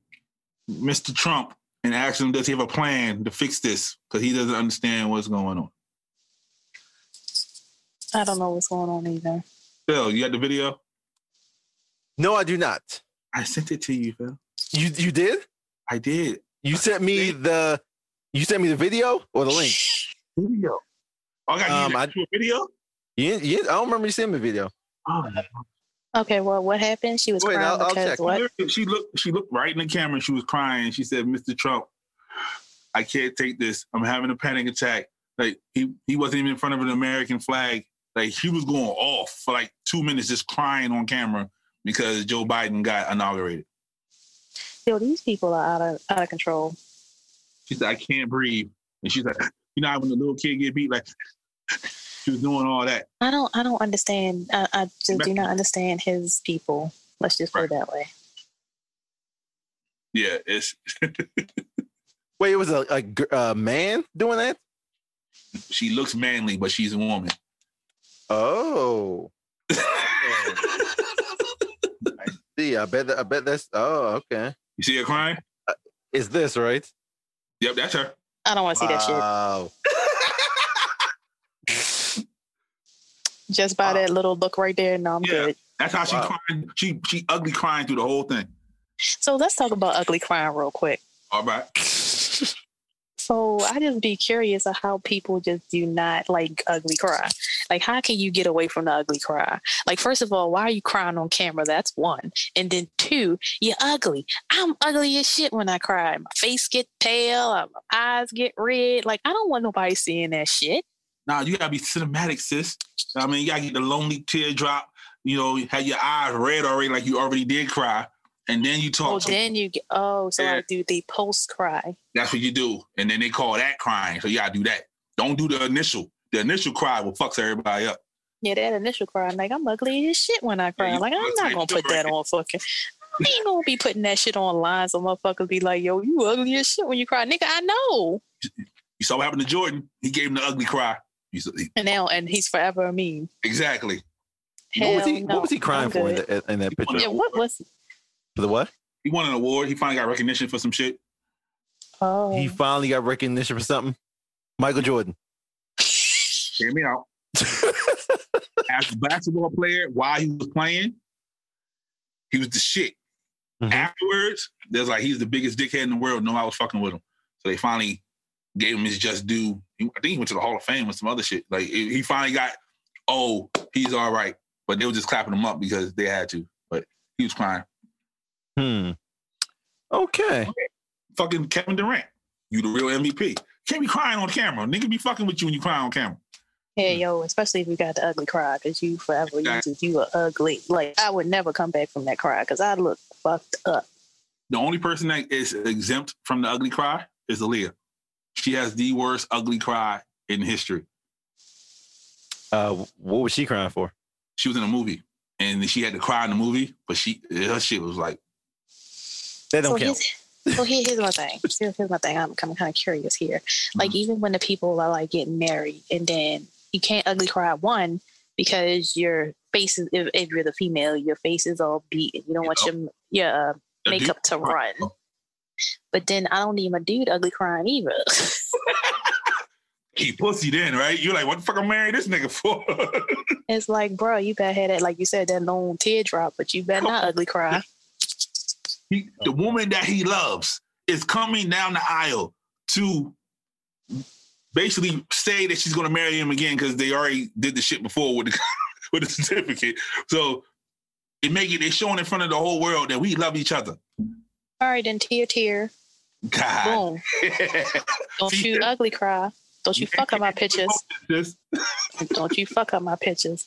B: Mr. Trump and asking him, does he have a plan to fix this? Because he doesn't understand what's going on.
C: I don't know what's going on either.
B: Phil, you got the video?
D: No, I do not.
B: I sent it to you, Phil.
D: You you did?
B: I did.
D: You sent me the you sent me the video or the link?
B: Video. Oh, I got
D: Um,
B: you
D: I-
B: the actual video?
D: You, didn't- you, didn't- I don't remember you sending me the video.
B: Oh,
C: Okay, well, what happened? She was
D: Wait,
C: crying
D: I'll- I'll
C: because
D: check.
C: what?
B: Literally, She looked. She looked right in the camera. She was crying. She said, "Mr. Trump, I can't take this. I'm having a panic attack." Like he he wasn't even in front of an American flag. Like he was going off for like two minutes, just crying on camera because Joe Biden got inaugurated.
C: Yo, these people are out of out of control.
B: She said, "I can't breathe," and she's like, "You know how when the little kid get beat, like." She was doing all that.
C: I don't I don't understand. I, I just do
B: Right.
C: not understand his people. Let's just put it that way.
B: Yeah, it's
D: Wait, it was a, a, gr- a man doing that?
B: she looks manly, but she's a woman.
D: Oh, see, I bet that, I bet that's oh okay.
B: you see her crying?
D: Is this right?
B: Yep, that's her.
C: I don't want to see that shit.
D: Wow.
C: Just by
D: wow.
C: that little look right there. No, I'm
B: Uh, Yeah.
C: good.
B: That's how she
D: Wow.
B: crying. She she ugly crying through the whole thing.
C: So let's talk about ugly crying real quick.
B: All right.
C: So I just be curious of how people just do not like ugly cry. Like, how can you get away from the ugly cry? Like, first of all, why are you crying on camera? That's one. And then two, you're ugly. I'm ugly as shit when I cry. My face get pale. uh, My eyes get red. Like, I don't want nobody seeing that shit.
B: Nah, you gotta be cinematic, sis. I mean, you gotta get the lonely teardrop. You know, you have your eyes red already, like you already did cry, and then you talk.
C: Well,
B: to
C: Oh, then you get oh, so
B: Yeah.
C: I do the post cry.
B: That's what you do, and then they call that crying. So you gotta do that. Don't do the initial. The initial cry will fucks everybody up.
C: Yeah, that initial cry, I'm like, I'm ugly as shit when I cry.
B: you
C: like, I'm
B: look
C: not
B: like
C: gonna
B: you
C: put that
B: right.
C: on fucking. I ain't gonna be putting that shit online so motherfuckers be like, yo, you ugly as shit when you cry. Nigga, I know.
B: You saw what happened to Jordan. He gave him the ugly cry. You saw- he-
C: And now, and he's forever a meme.
B: exactly.
D: What was
C: Hell
D: he?
C: no,
D: What was he crying
C: I'm
D: for in,
C: good. Oh,
D: the, in that picture?
C: Yeah, what was
D: For the what?
B: He won an award. He finally got recognition for some shit.
C: oh
D: He finally got recognition for something. Michael Jordan.
B: Hear me out. As a basketball player, while he was playing, he was the shit.
D: Mhm.
B: Afterwards, there's like he's the biggest dickhead in the world. No, I was fucking with him. So they finally gave him his just due. He- I think he went to the Hall of Fame with some other shit. Like he he finally got, oh, he's all right. But they were just clapping him up because they had to. But he was crying.
D: hmm. Okay.
B: Fucking Kevin Durant, you the real MVP. Can't be crying on camera. Nigga be fucking with you when you cry on camera.
C: yeah yo especially if you got the ugly cry because you forever you,
B: Exactly.
C: just- you are ugly like i would never come back from that cry because i look fucked up
B: The only person that is exempt from the ugly cry is Aaliyah. She has the worst ugly cry in history.
D: Uh, what was she crying for?
B: She was in a movie and she had to cry in the movie, but she her shit was like,
D: That don't
C: so
D: count.
C: Here's, so here- here's my thing. Here's, here's my thing. I'm, I'm kind of curious here. Like even when the people are like getting married, and then you can't ugly cry one because your face is if, if you're the female, your face is all beat, and you don't want your your uh,
B: "A dude
C: makeup to run.
B: Oh.
C: But then I don't need my dude ugly crying either.
B: he pussy then, right? You're like, what the fuck I'm marrying this nigga for?
C: it's like, bro, you better have that, like you said, that long teardrop, but you better not ugly cry.
B: he, the woman that he loves is coming down the aisle to basically say that she's gonna marry him again because they already did the shit before with the with the certificate. So it make it they showing in front of the whole world that we love each other.
C: All right, then tear, tear,
B: God.
C: boom. Don't you
B: Yeah.
C: ugly cry. Don't you fuck up my pictures.
B: Just-
C: Don't you fuck up my pictures.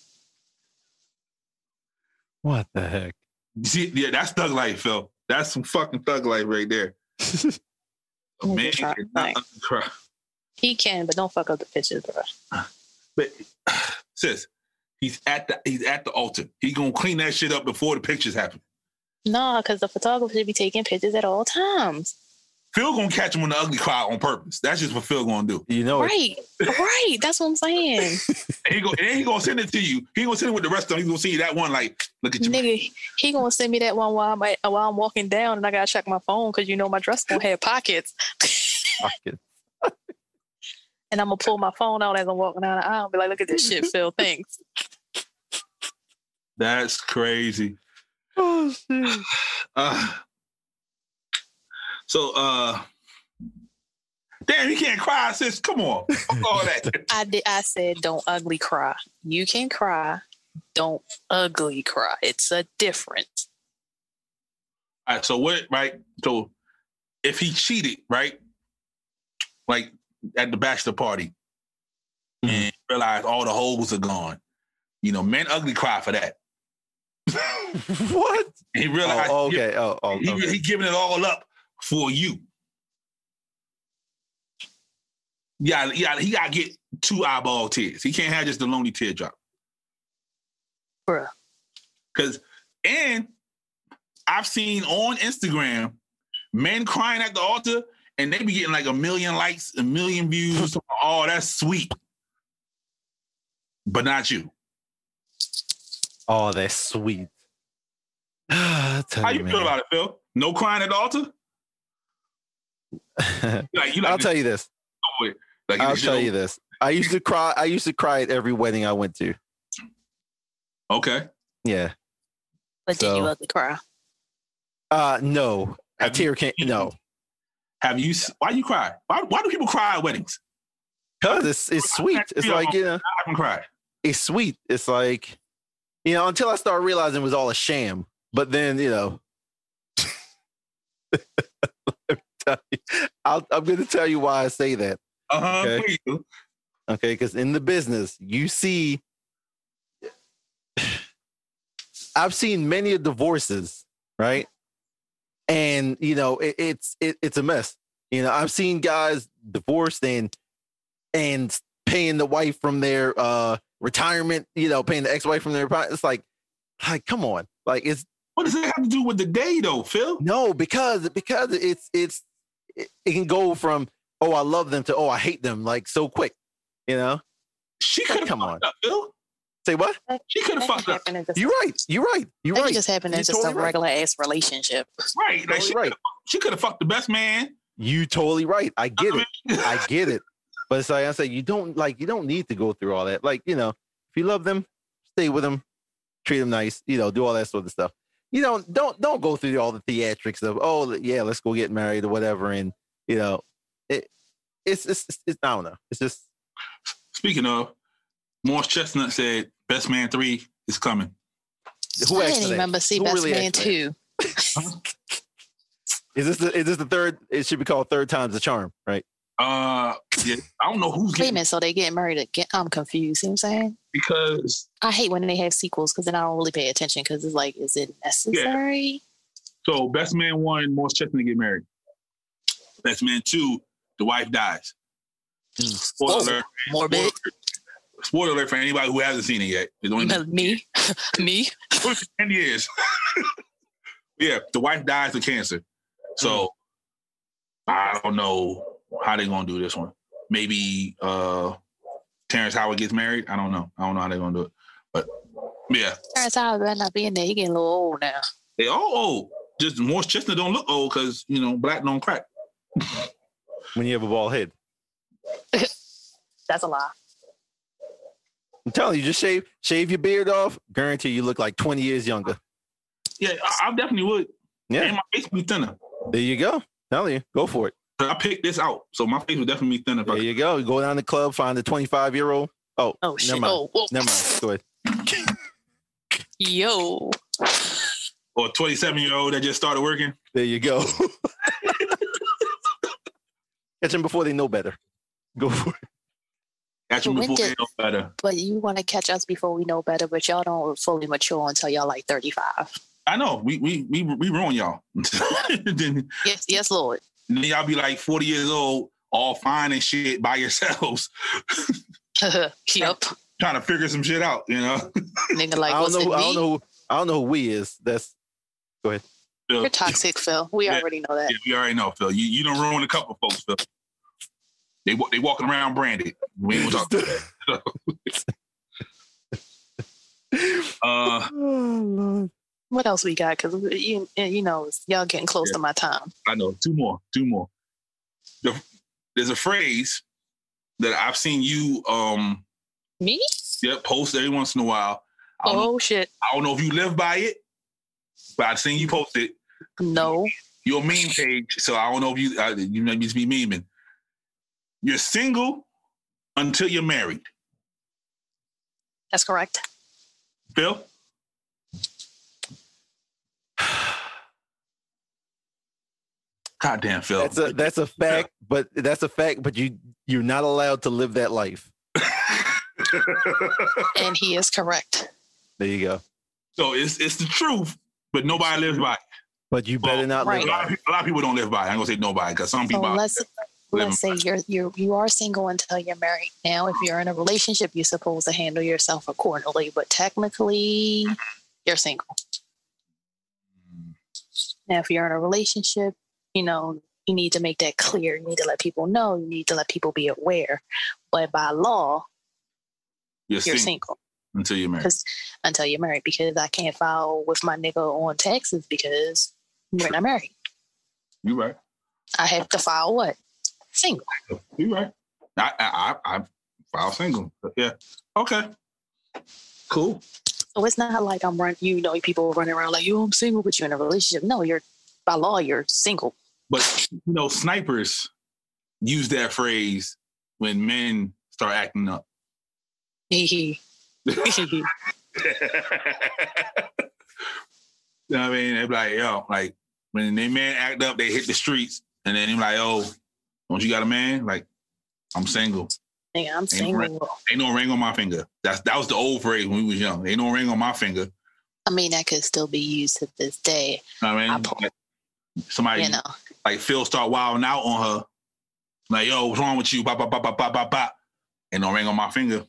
D: What the heck?
B: see, yeah, that's thug life, Phil. That's some fucking thug life right there. A man
C: Try-
B: cannot
C: thanks.
B: cry.
C: He can, but don't fuck up the pictures, bro.
B: But sis, he's at the he's at the altar. He gonna clean that shit up before the pictures happen.
C: No, because the photographer should be taking pictures at all times.
B: Phil gonna catch him on the ugly cry on purpose. That's just what Phil gonna do.
D: You know it.
C: Right, right. That's what I'm saying,
B: And he go and he gonna send it to you. He gonna send it with the rest of them. He gonna send you that one like, look at you.
C: nigga. He gonna send me that one while I'm at- while I'm walking down, and I gotta check my phone because you know my dress gonna have pockets,
D: Fuck it.
C: and I'm gonna pull my phone out as I'm walking down the aisle, and be like, "Look at this shit, Phil. Thanks."
B: That's crazy.
D: Oh, shit.
B: Uh, so uh damn, he can't cry, sis. Come on. Fuck all that.
C: I did. I said, "Don't ugly cry. You can cry. Don't ugly cry. It's a difference."
B: All right, so what right? So if he cheated, right? Like at the bachelor party
D: Mhm.
B: and realized all the holes are gone. You know, men ugly cry for that.
D: what?
B: He realized
D: Oh, okay. Oh, oh,
B: he,
D: okay.
B: he giving it all up for you. Yeah, yeah, he gotta get two eyeball tears. He can't have just the lonely teardrop.
C: Bruh.
B: Cause and I've seen on Instagram men crying at the altar and they be getting like a million likes, a million views. oh, that's sweet. But not you.
D: Oh, that's sweet. How
B: How you feel about it, Phil? No crying at the altar?
D: it?
B: Like you like
D: I'll
B: to
D: tell you this.
B: do it. Like
D: I'll
B: just-
D: tell you this. I used to cry. I used to cry at every wedding I went to.
B: Okay.
D: Yeah.
C: But then
D: So-
C: you ugly cry.
D: Uh, no. A
B: Have you-
D: tear can't. No.
B: Have you? s- Why you cry? Why, why do people cry at weddings?
D: Cause it's it's sweet. It's like you know,
B: I haven't cried.
D: it's sweet. It's like you know, until I started realizing it was all a sham. But then you know, let me tell you, I'll, I'm going to tell you why I say that.
B: Uh huh.
D: Okay. Okay, because in the business, you see, I've seen many of divorces, right? And you know, it, it's it, it's a mess. You know, I've seen guys divorced and and paying the wife from their uh retirement. You know, paying the ex-wife from their reti- it's like, like come on, like it's
B: What does that have to do with the day though, Phil?
D: no because because it's it's it, it can go from oh I love them to oh I hate them like so quick. You know,
B: She
D: Like,
B: could have
D: come on.
B: fucked up, Phil.
D: say what?
B: She could
E: That
B: have fucked
E: can
B: up.
E: happen in just,
D: You're right. You're right. You're
E: that
D: right.
E: can just happen in
D: You're
E: just
D: totally
E: a
D: right.
E: regular ass relationship.
B: Right. Like she,
D: Totally right.
B: she could have fucked the best man.
D: You totally right. I get
B: I
D: it. I get it. But it's like I said, you don't like you don't need to go through all that. Like, you know, if you love them, stay with them, treat them nice, you know, do all that sort of stuff. You know, don't don't go through all the theatrics of oh yeah, let's go get married or whatever. And you know, it it's it's, it's, it's I don't know. It's just
B: Speaking of, Morris Chestnut said, "Best Man Three is coming."
D: who
C: I
D: asked for
C: didn't
D: that?
C: remember see
D: Who
C: Best
D: really
C: Man
D: asked for that?
C: Two.
D: Is this the is this the third? It should be called third time's the charm, right?
B: Uh, yeah, I don't know who's
C: Wait a
B: getting
C: minute, so they get married again? I'm confused. You know what I'm saying?
B: because
C: I hate when they have sequels because then I don't really pay attention because it's like, is it necessary?
B: so Best Man One, Morris Chestnut get married. Best Man Two, the wife dies. Spoiler
E: Whoa.
B: alert!
E: Morbid.
B: Spoiler alert for anybody who hasn't seen it yet. It's only been
C: Me, me.
B: 10 years. yeah, the wife dies of cancer. So I don't know how they're gonna do this one. Maybe uh Terrence Howard gets married. I don't know. I don't know how they're gonna do it. But yeah,
C: Terrence Howard better not be in there. He getting a little old now.
B: they all old. Just Morris Chestnut don't look old because you know black don't crack.
D: When you have a bald head.
C: That's a lie.
D: I'm telling you, just shave shave your beard off. Guarantee you look like 20 years younger.
B: Yeah, I, I definitely would.
D: Yeah.
B: and my face would be thinner.
D: There you go. Telling you, go for it.
B: 'Cause I picked this out, so my face would definitely be thinner. if I-
D: There you go. go down the club, find a 25 year old. Oh,
C: Oh shit.
D: Never mind.
C: Oh, whoa.
D: never mind. Go ahead.
C: Yo.
B: Or twenty-seven year old that just started working.
D: There you go. Catch them before they know better. Go for it.
B: That's
C: But when
B: before they
C: did-
B: know better.
C: But you want to catch us before we know better, but y'all don't fully mature until y'all like 35.
B: I know we we we we ruin y'all. then,
C: Yes, yes, Lord.
B: then y'all be like forty years old, all fine and shit by yourselves,
C: yep. Nigga,
B: trying to figure some shit out. You know,
C: like,
D: I don't
C: was
D: know.
C: it
D: Who, I don't
C: me?
D: know. Who, I don't know who we is. That's
B: Phil,
C: You're toxic, Phil. We
B: Yeah.
C: already know that.
B: yeah, we already know, Phil. You you don't ruin a couple folks, Phil. They wa- they walking around branded. We ain't gonna talk. Uh,
C: What else we got? Because you, uh, you know, y'all getting close
B: Yeah.
C: to my time.
B: I know two more, two more. The- there's a phrase that I've seen you um
C: Me?
B: yeah, post every once in a while. I don't, know,
C: Oh shit.
B: I don't know if you live by it, but I've seen you post it.
C: No.
B: your meme page. So I don't know if you uh, you may just be memeing. You're single until you're married.
C: That's correct.
B: Phil, goddamn Phil.
D: that's a that's a fact. But that's a fact. But you you're not allowed to live that life.
C: And he is correct.
D: There you go.
B: so it's it's the truth, but nobody lives by. It.
D: But you better
B: Well,
D: not
C: right.
B: A,
D: live.
B: lot of people, a lot of people don't live by. It. I'm gonna say nobody because some
C: So
B: people. out
C: let's
B: Living
C: let's say you're you you are single until you're married. Now, if you're in a relationship, you're supposed to handle yourself accordingly, but technically, you're single. Now, if you're in a relationship, you know you need to make that clear. You need to let people know. You need to let people be aware. But by law,
B: you're,
C: you're single
B: single, until you're married.
C: because until you're married, because I can't file with my nigga on taxes because we're not married.
B: You right.
C: I have to file what single.
B: You right. I I I, I file single. Yeah. Okay. Cool.
C: So it's not like I'm run. You know, people running around like, "Yo, I'm single," but you're in a relationship. No, you're by law, you're single.
B: But you know, snipers use that phrase when men start acting up.
C: Hee hee.
B: You know what I mean? They be like, yo, like when they man act up, they hit the streets, and then they be like, oh, don't you got a man? Like, I'm single.
C: yeah, I'm
B: right.
C: single.
B: Ain't no ring on my finger. That's that was the old phrase when we was young. Ain't no ring on my finger.
C: I mean, that could still be used to this day.
B: You know what I mean,
C: I pro-
B: Like, somebody
C: You know,
B: like Phil start wilding out on her. Like, yo, what's wrong with you? Bop, bop, bop, bop, bop, bop, bop. Ain't no ring on my finger.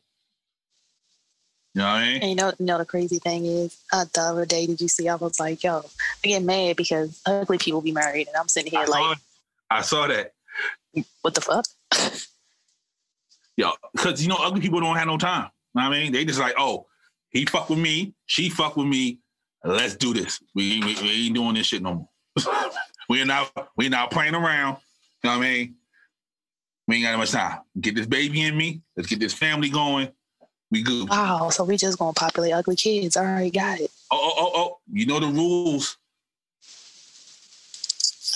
B: You know what I mean?
C: and you know, you know the crazy thing is, uh, the other day, did you see? I was like, yo, I get mad because ugly people be married, and I'm sitting
B: I
C: here
B: saw,
C: like,
B: it. I saw that.
C: what the fuck?
B: Yo, because you know, ugly people don't have no time. You know what I mean, they just like, oh, he fuck with me, she fuck with me. Let's do this. We, we, we ain't doing this shit no more. we're not we're not playing around. You know what I mean? We ain't got that much time. Get this baby in me. Let's get this family going. We good. Oh,
C: Wow, so we just gonna populate ugly kids? All right, got it.
B: oh, oh, oh. You know the rules.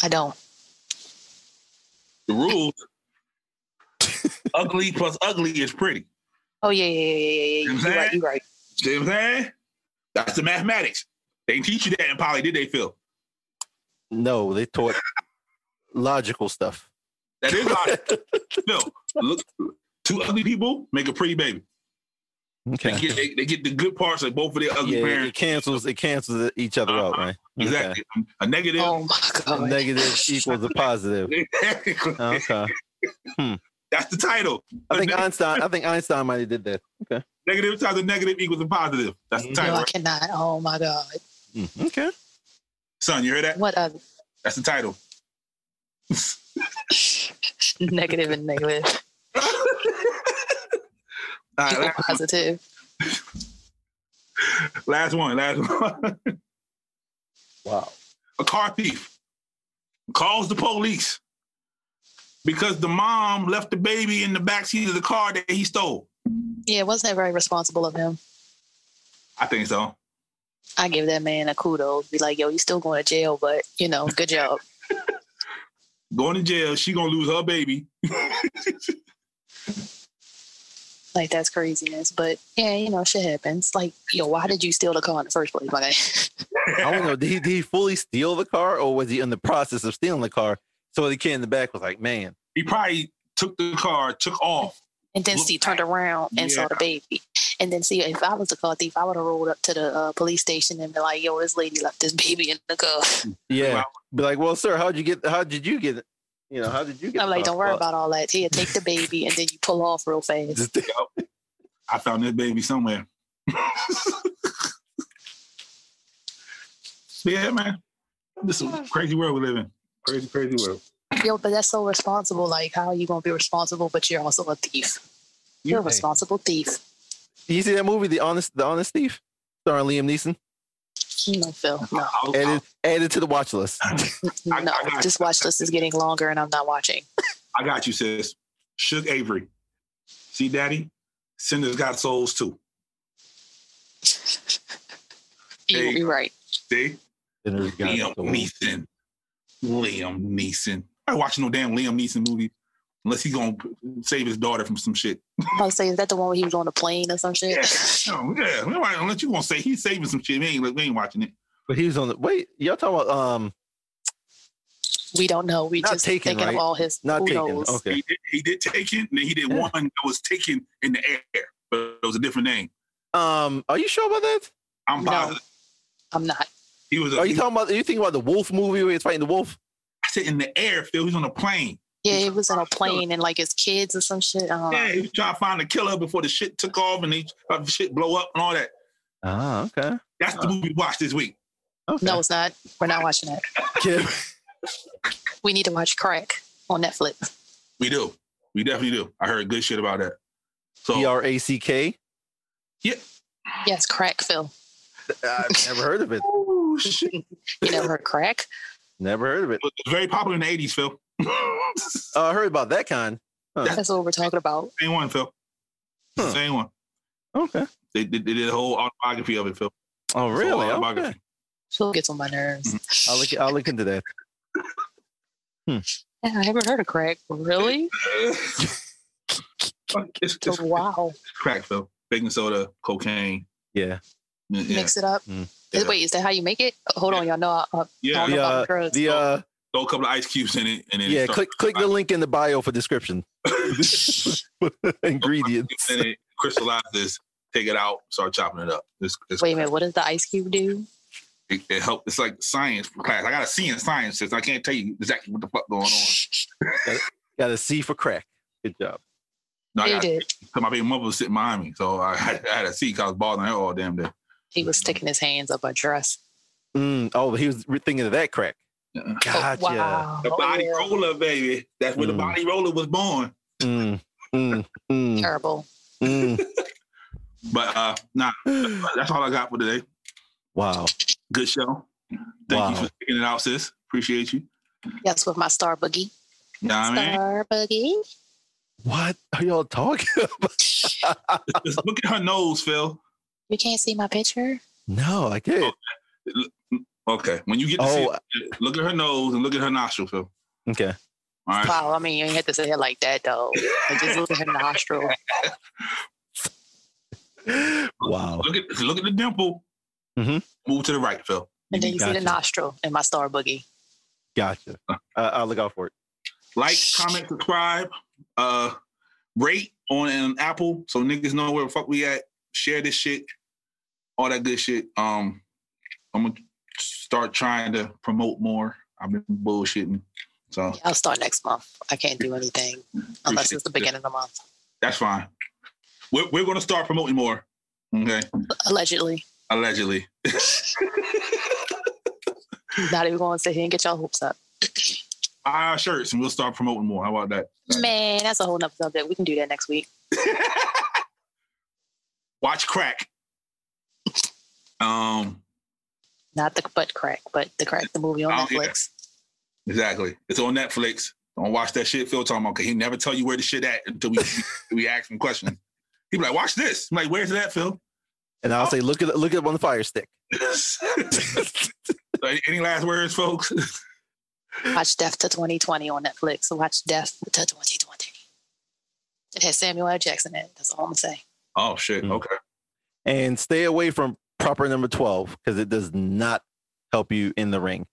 C: I don't.
B: The rules. ugly plus ugly is pretty.
C: Oh yeah, yeah, yeah, yeah, yeah. yeah.
B: You know
C: You're
B: what I'm
C: right. You're right.
B: See what I'm saying? That's the mathematics. They didn't teach you that in poly, did they, Phil?
D: No, they taught logical stuff.
B: That is logic. Phil, look, two ugly people make a pretty baby. They
D: Okay.
B: get, they, they get the good parts of both of their ugly
D: Yeah, it
B: parents. Uh-huh.
D: cancels it cancels each other out, man.
B: Exactly. A negative.
C: Oh my
D: Okay.
C: god.
D: Negative equals a positive. Okay.
B: That's the title.
D: I think Einstein I think Einstein might have did that.
B: Negative times a negative equals a positive. That's the
D: Mhm.
C: No,
B: title.
C: I cannot. Oh my god.
D: Mm, Okay.
B: Son, you hear that?
C: What a
B: That's the title.
C: negative and negative
B: All right,
C: equal
B: last,
C: positive.
B: last one. Last one.
D: Wow.
B: a car thief calls the police because the mom left the baby in the backseat of the car that he stole.
C: Yeah, wasn't that very responsible of him?
B: I think so.
C: I give that man a kudos. Be like, yo, you still going to jail, but you know, good job.
B: Going to jail, she gonna lose her baby.
C: Like that's craziness. But yeah, you know, shit happens. Like, yo, why did you steal the car in the first place? Like,
D: I don't know. Did he, did he fully steal the car or was he in the process of stealing the car? So the kid in the back was like, man,
B: He probably took the car, took off.
C: and then
B: Look
C: see turned around and saw the baby. And then see if I was the car thief, I would have rolled up to the uh, police station and been like, yo, this lady left this baby in the car.
D: yeah. Be like, well, sir, how'd you get, how did you get it? You know, how did you get
C: I'm
D: the
C: like,
D: car?"
C: don't worry
D: Well,
C: about all that. Here, take the baby, and then you pull off real fast.
D: just-
B: I found this baby somewhere. yeah, man. This is a crazy world we live in. Crazy, crazy world.
C: Yo, but that's so responsible. Like, how are you gonna be responsible, but you're also a thief? You're a
D: Hey.
C: responsible thief.
D: you see that movie, The Honest, The Honest Thief, starring Liam Neeson?
C: No, Phil. No,
B: I'll- I'll-
D: Added, added to the watch list.
B: I-
C: no.
B: I got
C: This watch list is getting longer, and I'm not watching.
B: I got you, sis. Shook Avery. See, Daddy? Sinners got souls too.
C: You will be right.
B: See? Liam Neeson. Liam Neeson. I ain't watching no damn Liam Neeson movie unless he gonna save his daughter from some shit.
C: I'm about to say, is that the one where he was on the plane or some shit?
B: Yeah, no, yeah. nobody- Unless you gonna say he's saving some shit, we ain't, we ain't watching it.
D: But he was on the, wait, y'all talking about, um,
C: We don't know. We
D: Not
C: just
D: Taken,
C: thinking
D: right?
C: of all his.
D: not
C: who
D: taken.
C: knows?
D: Okay.
B: He, did, he did Taken, and then he did
D: Yeah.
B: one that was taken in the air, but it was a different name.
D: Um, are you sure about that?
B: I'm
C: No.
B: positive.
C: I'm not.
B: He was. A,
D: Are Oh, you talking about? Are you thinking about the Wolf movie where he's fighting the wolf?
B: I said in the air, Phil. He's on a plane.
C: Yeah, it was on a plane and like his kids or some shit. Uh,
B: Yeah, he was trying to find a killer before the shit took off and the uh, shit blow up and all that.
D: Ah, okay.
B: That's the movie we watched this week.
D: okay.
C: No, it's not. We're not watching that.
D: Kim,
C: We need to watch Crack on Netflix.
B: We do. We definitely do. I heard good shit about that. So
D: E R A C K.
C: Yes, Crack, Phil.
D: I've never heard of it.
B: Ooh, oh, shit. it
C: You never heard Crack?
D: Never heard of it.
B: was very popular in the 80s, Phil.
D: Uh, I heard about that kind.
C: That's what we're talking about.
B: Same one, Phil.
D: Huh.
B: Same one.
D: Okay.
B: They, they, they did a whole autobiography of it, Phil.
D: Oh,
B: It's a
D: really?
B: whole
D: Okay.
B: autobiography.
C: Phil gets on my nerves.
D: I'll look. I'll look into that.
B: Mm-hmm.
C: Yeah, I never heard of crack. Really?
B: it's,
C: Oh,
B: it's
C: wow.
B: crack, though. Baking soda, cocaine.
D: Yeah.
B: Yeah, Mm-hmm. Yeah.
C: Mix it up.
D: Mm.
C: Is- Wait, is that how you make it? Uh, Hold on, y'all know I, I
B: yeah.
C: don't know
D: The,
C: about
D: uh,
C: drugs.
D: The uh
B: Throw a couple of ice cubes in it, and then
D: yeah,
B: start-
D: click click the link in the bio for description. Ingredients.
B: Then it crystallizes. Take it out. Start chopping it up. It's, it's,
C: Wait a minute, what does the ice cube do?
B: It, it help. It's like science class. I got a C in science. since I can't tell you exactly what the fuck going on.
D: Got a C for crack. Good job.
B: No, I
C: He
B: got,
C: did.
B: my baby mother was sitting behind me, so I had, I had a seat. 'cause I was balling her all damn day.
C: He was sticking his hands up my dress.
D: Mm, oh, he was re- thinking of that crack.
B: Uh-uh.
D: Gotcha.
C: Oh, wow.
B: The body
C: Yeah.
B: roller, baby. That's where
D: Mm.
B: the body roller was born.
D: Mm, mm, mm,
C: Terrible.
D: mm.
B: But uh, nah, that's all I got for today.
D: Wow.
B: Good show. Thank you
D: Wow.
B: for sticking it out, sis. Appreciate you.
C: Yes, with my star boogie.
B: You know what I mean?
C: Star boogie.
D: What are y'all talking about?
B: Just look at her nose, Phil.
C: You can't see my picture.
D: No, I can't.
B: Okay. When you get to
D: Oh,
B: see it, look at her nose and look at her nostril, Phil.
D: okay.
B: All right.
C: Wow, I mean, you ain't have to say it like that though. Like, just look at her nostril.
D: Wow.
B: Look at look at the dimple.
D: Mhm.
B: Move to the right, Phil.
C: And then you see
D: Gotcha.
C: the nostril and my star boogie.
D: Gotcha. Uh, I'll look out for it.
B: Like, comment, subscribe, uh, rate on an Apple so niggas know where the fuck we at. Share this shit, all that good shit. Um, I'm gonna start trying to promote more. I've been bullshitting, so
C: I'll start next month. I can't do anything unless it's the beginning of the month.
B: that's fine. We're, we're gonna start promoting more. Okay,
C: Allegedly.
B: allegedly.
C: Not even going to sit here and get y'all hopes up.
B: Buy our Ah, shirts and we'll start promoting more. How about that?
C: Man, that's a whole nother subject. We can do that next week.
B: Watch crack. Um,
C: Not the butt crack, but the crack, the movie on
B: Oh, yeah.
C: Netflix.
B: exactly. It's on Netflix. Don't watch that shit. Phil talking about. Cause he never tell you where the shit at until we we ask him questions. He be like, "Watch this." I'm like, "Where's that, Phil?"
D: And I'll say, look it, look it up on the fire stick.
B: So, any last words, folks?
C: Watch Death to 2020 on Netflix. Watch Death to 2020. It has Samuel L. Jackson in it. That's all I'm going to say.
B: Oh shit.
D: Mm.
B: Okay.
D: And stay away from proper number 12 because it does not help you in the ring.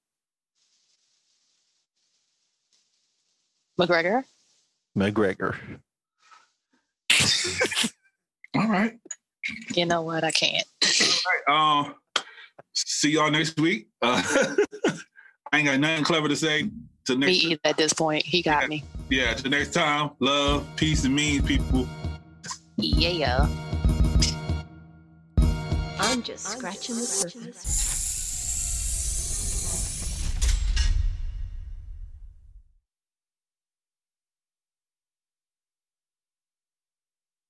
C: McGregor?
D: McGregor.
B: All right.
C: You know what? I can't.
B: All right. Um. See y'all next week. Uh, I ain't got nothing clever to say. Till
C: Me
B: next.
C: either at this point. He got me.
B: Yeah. Till next time. Love, peace, and means, people.
C: Yeah.
A: I'm just scratching the surface.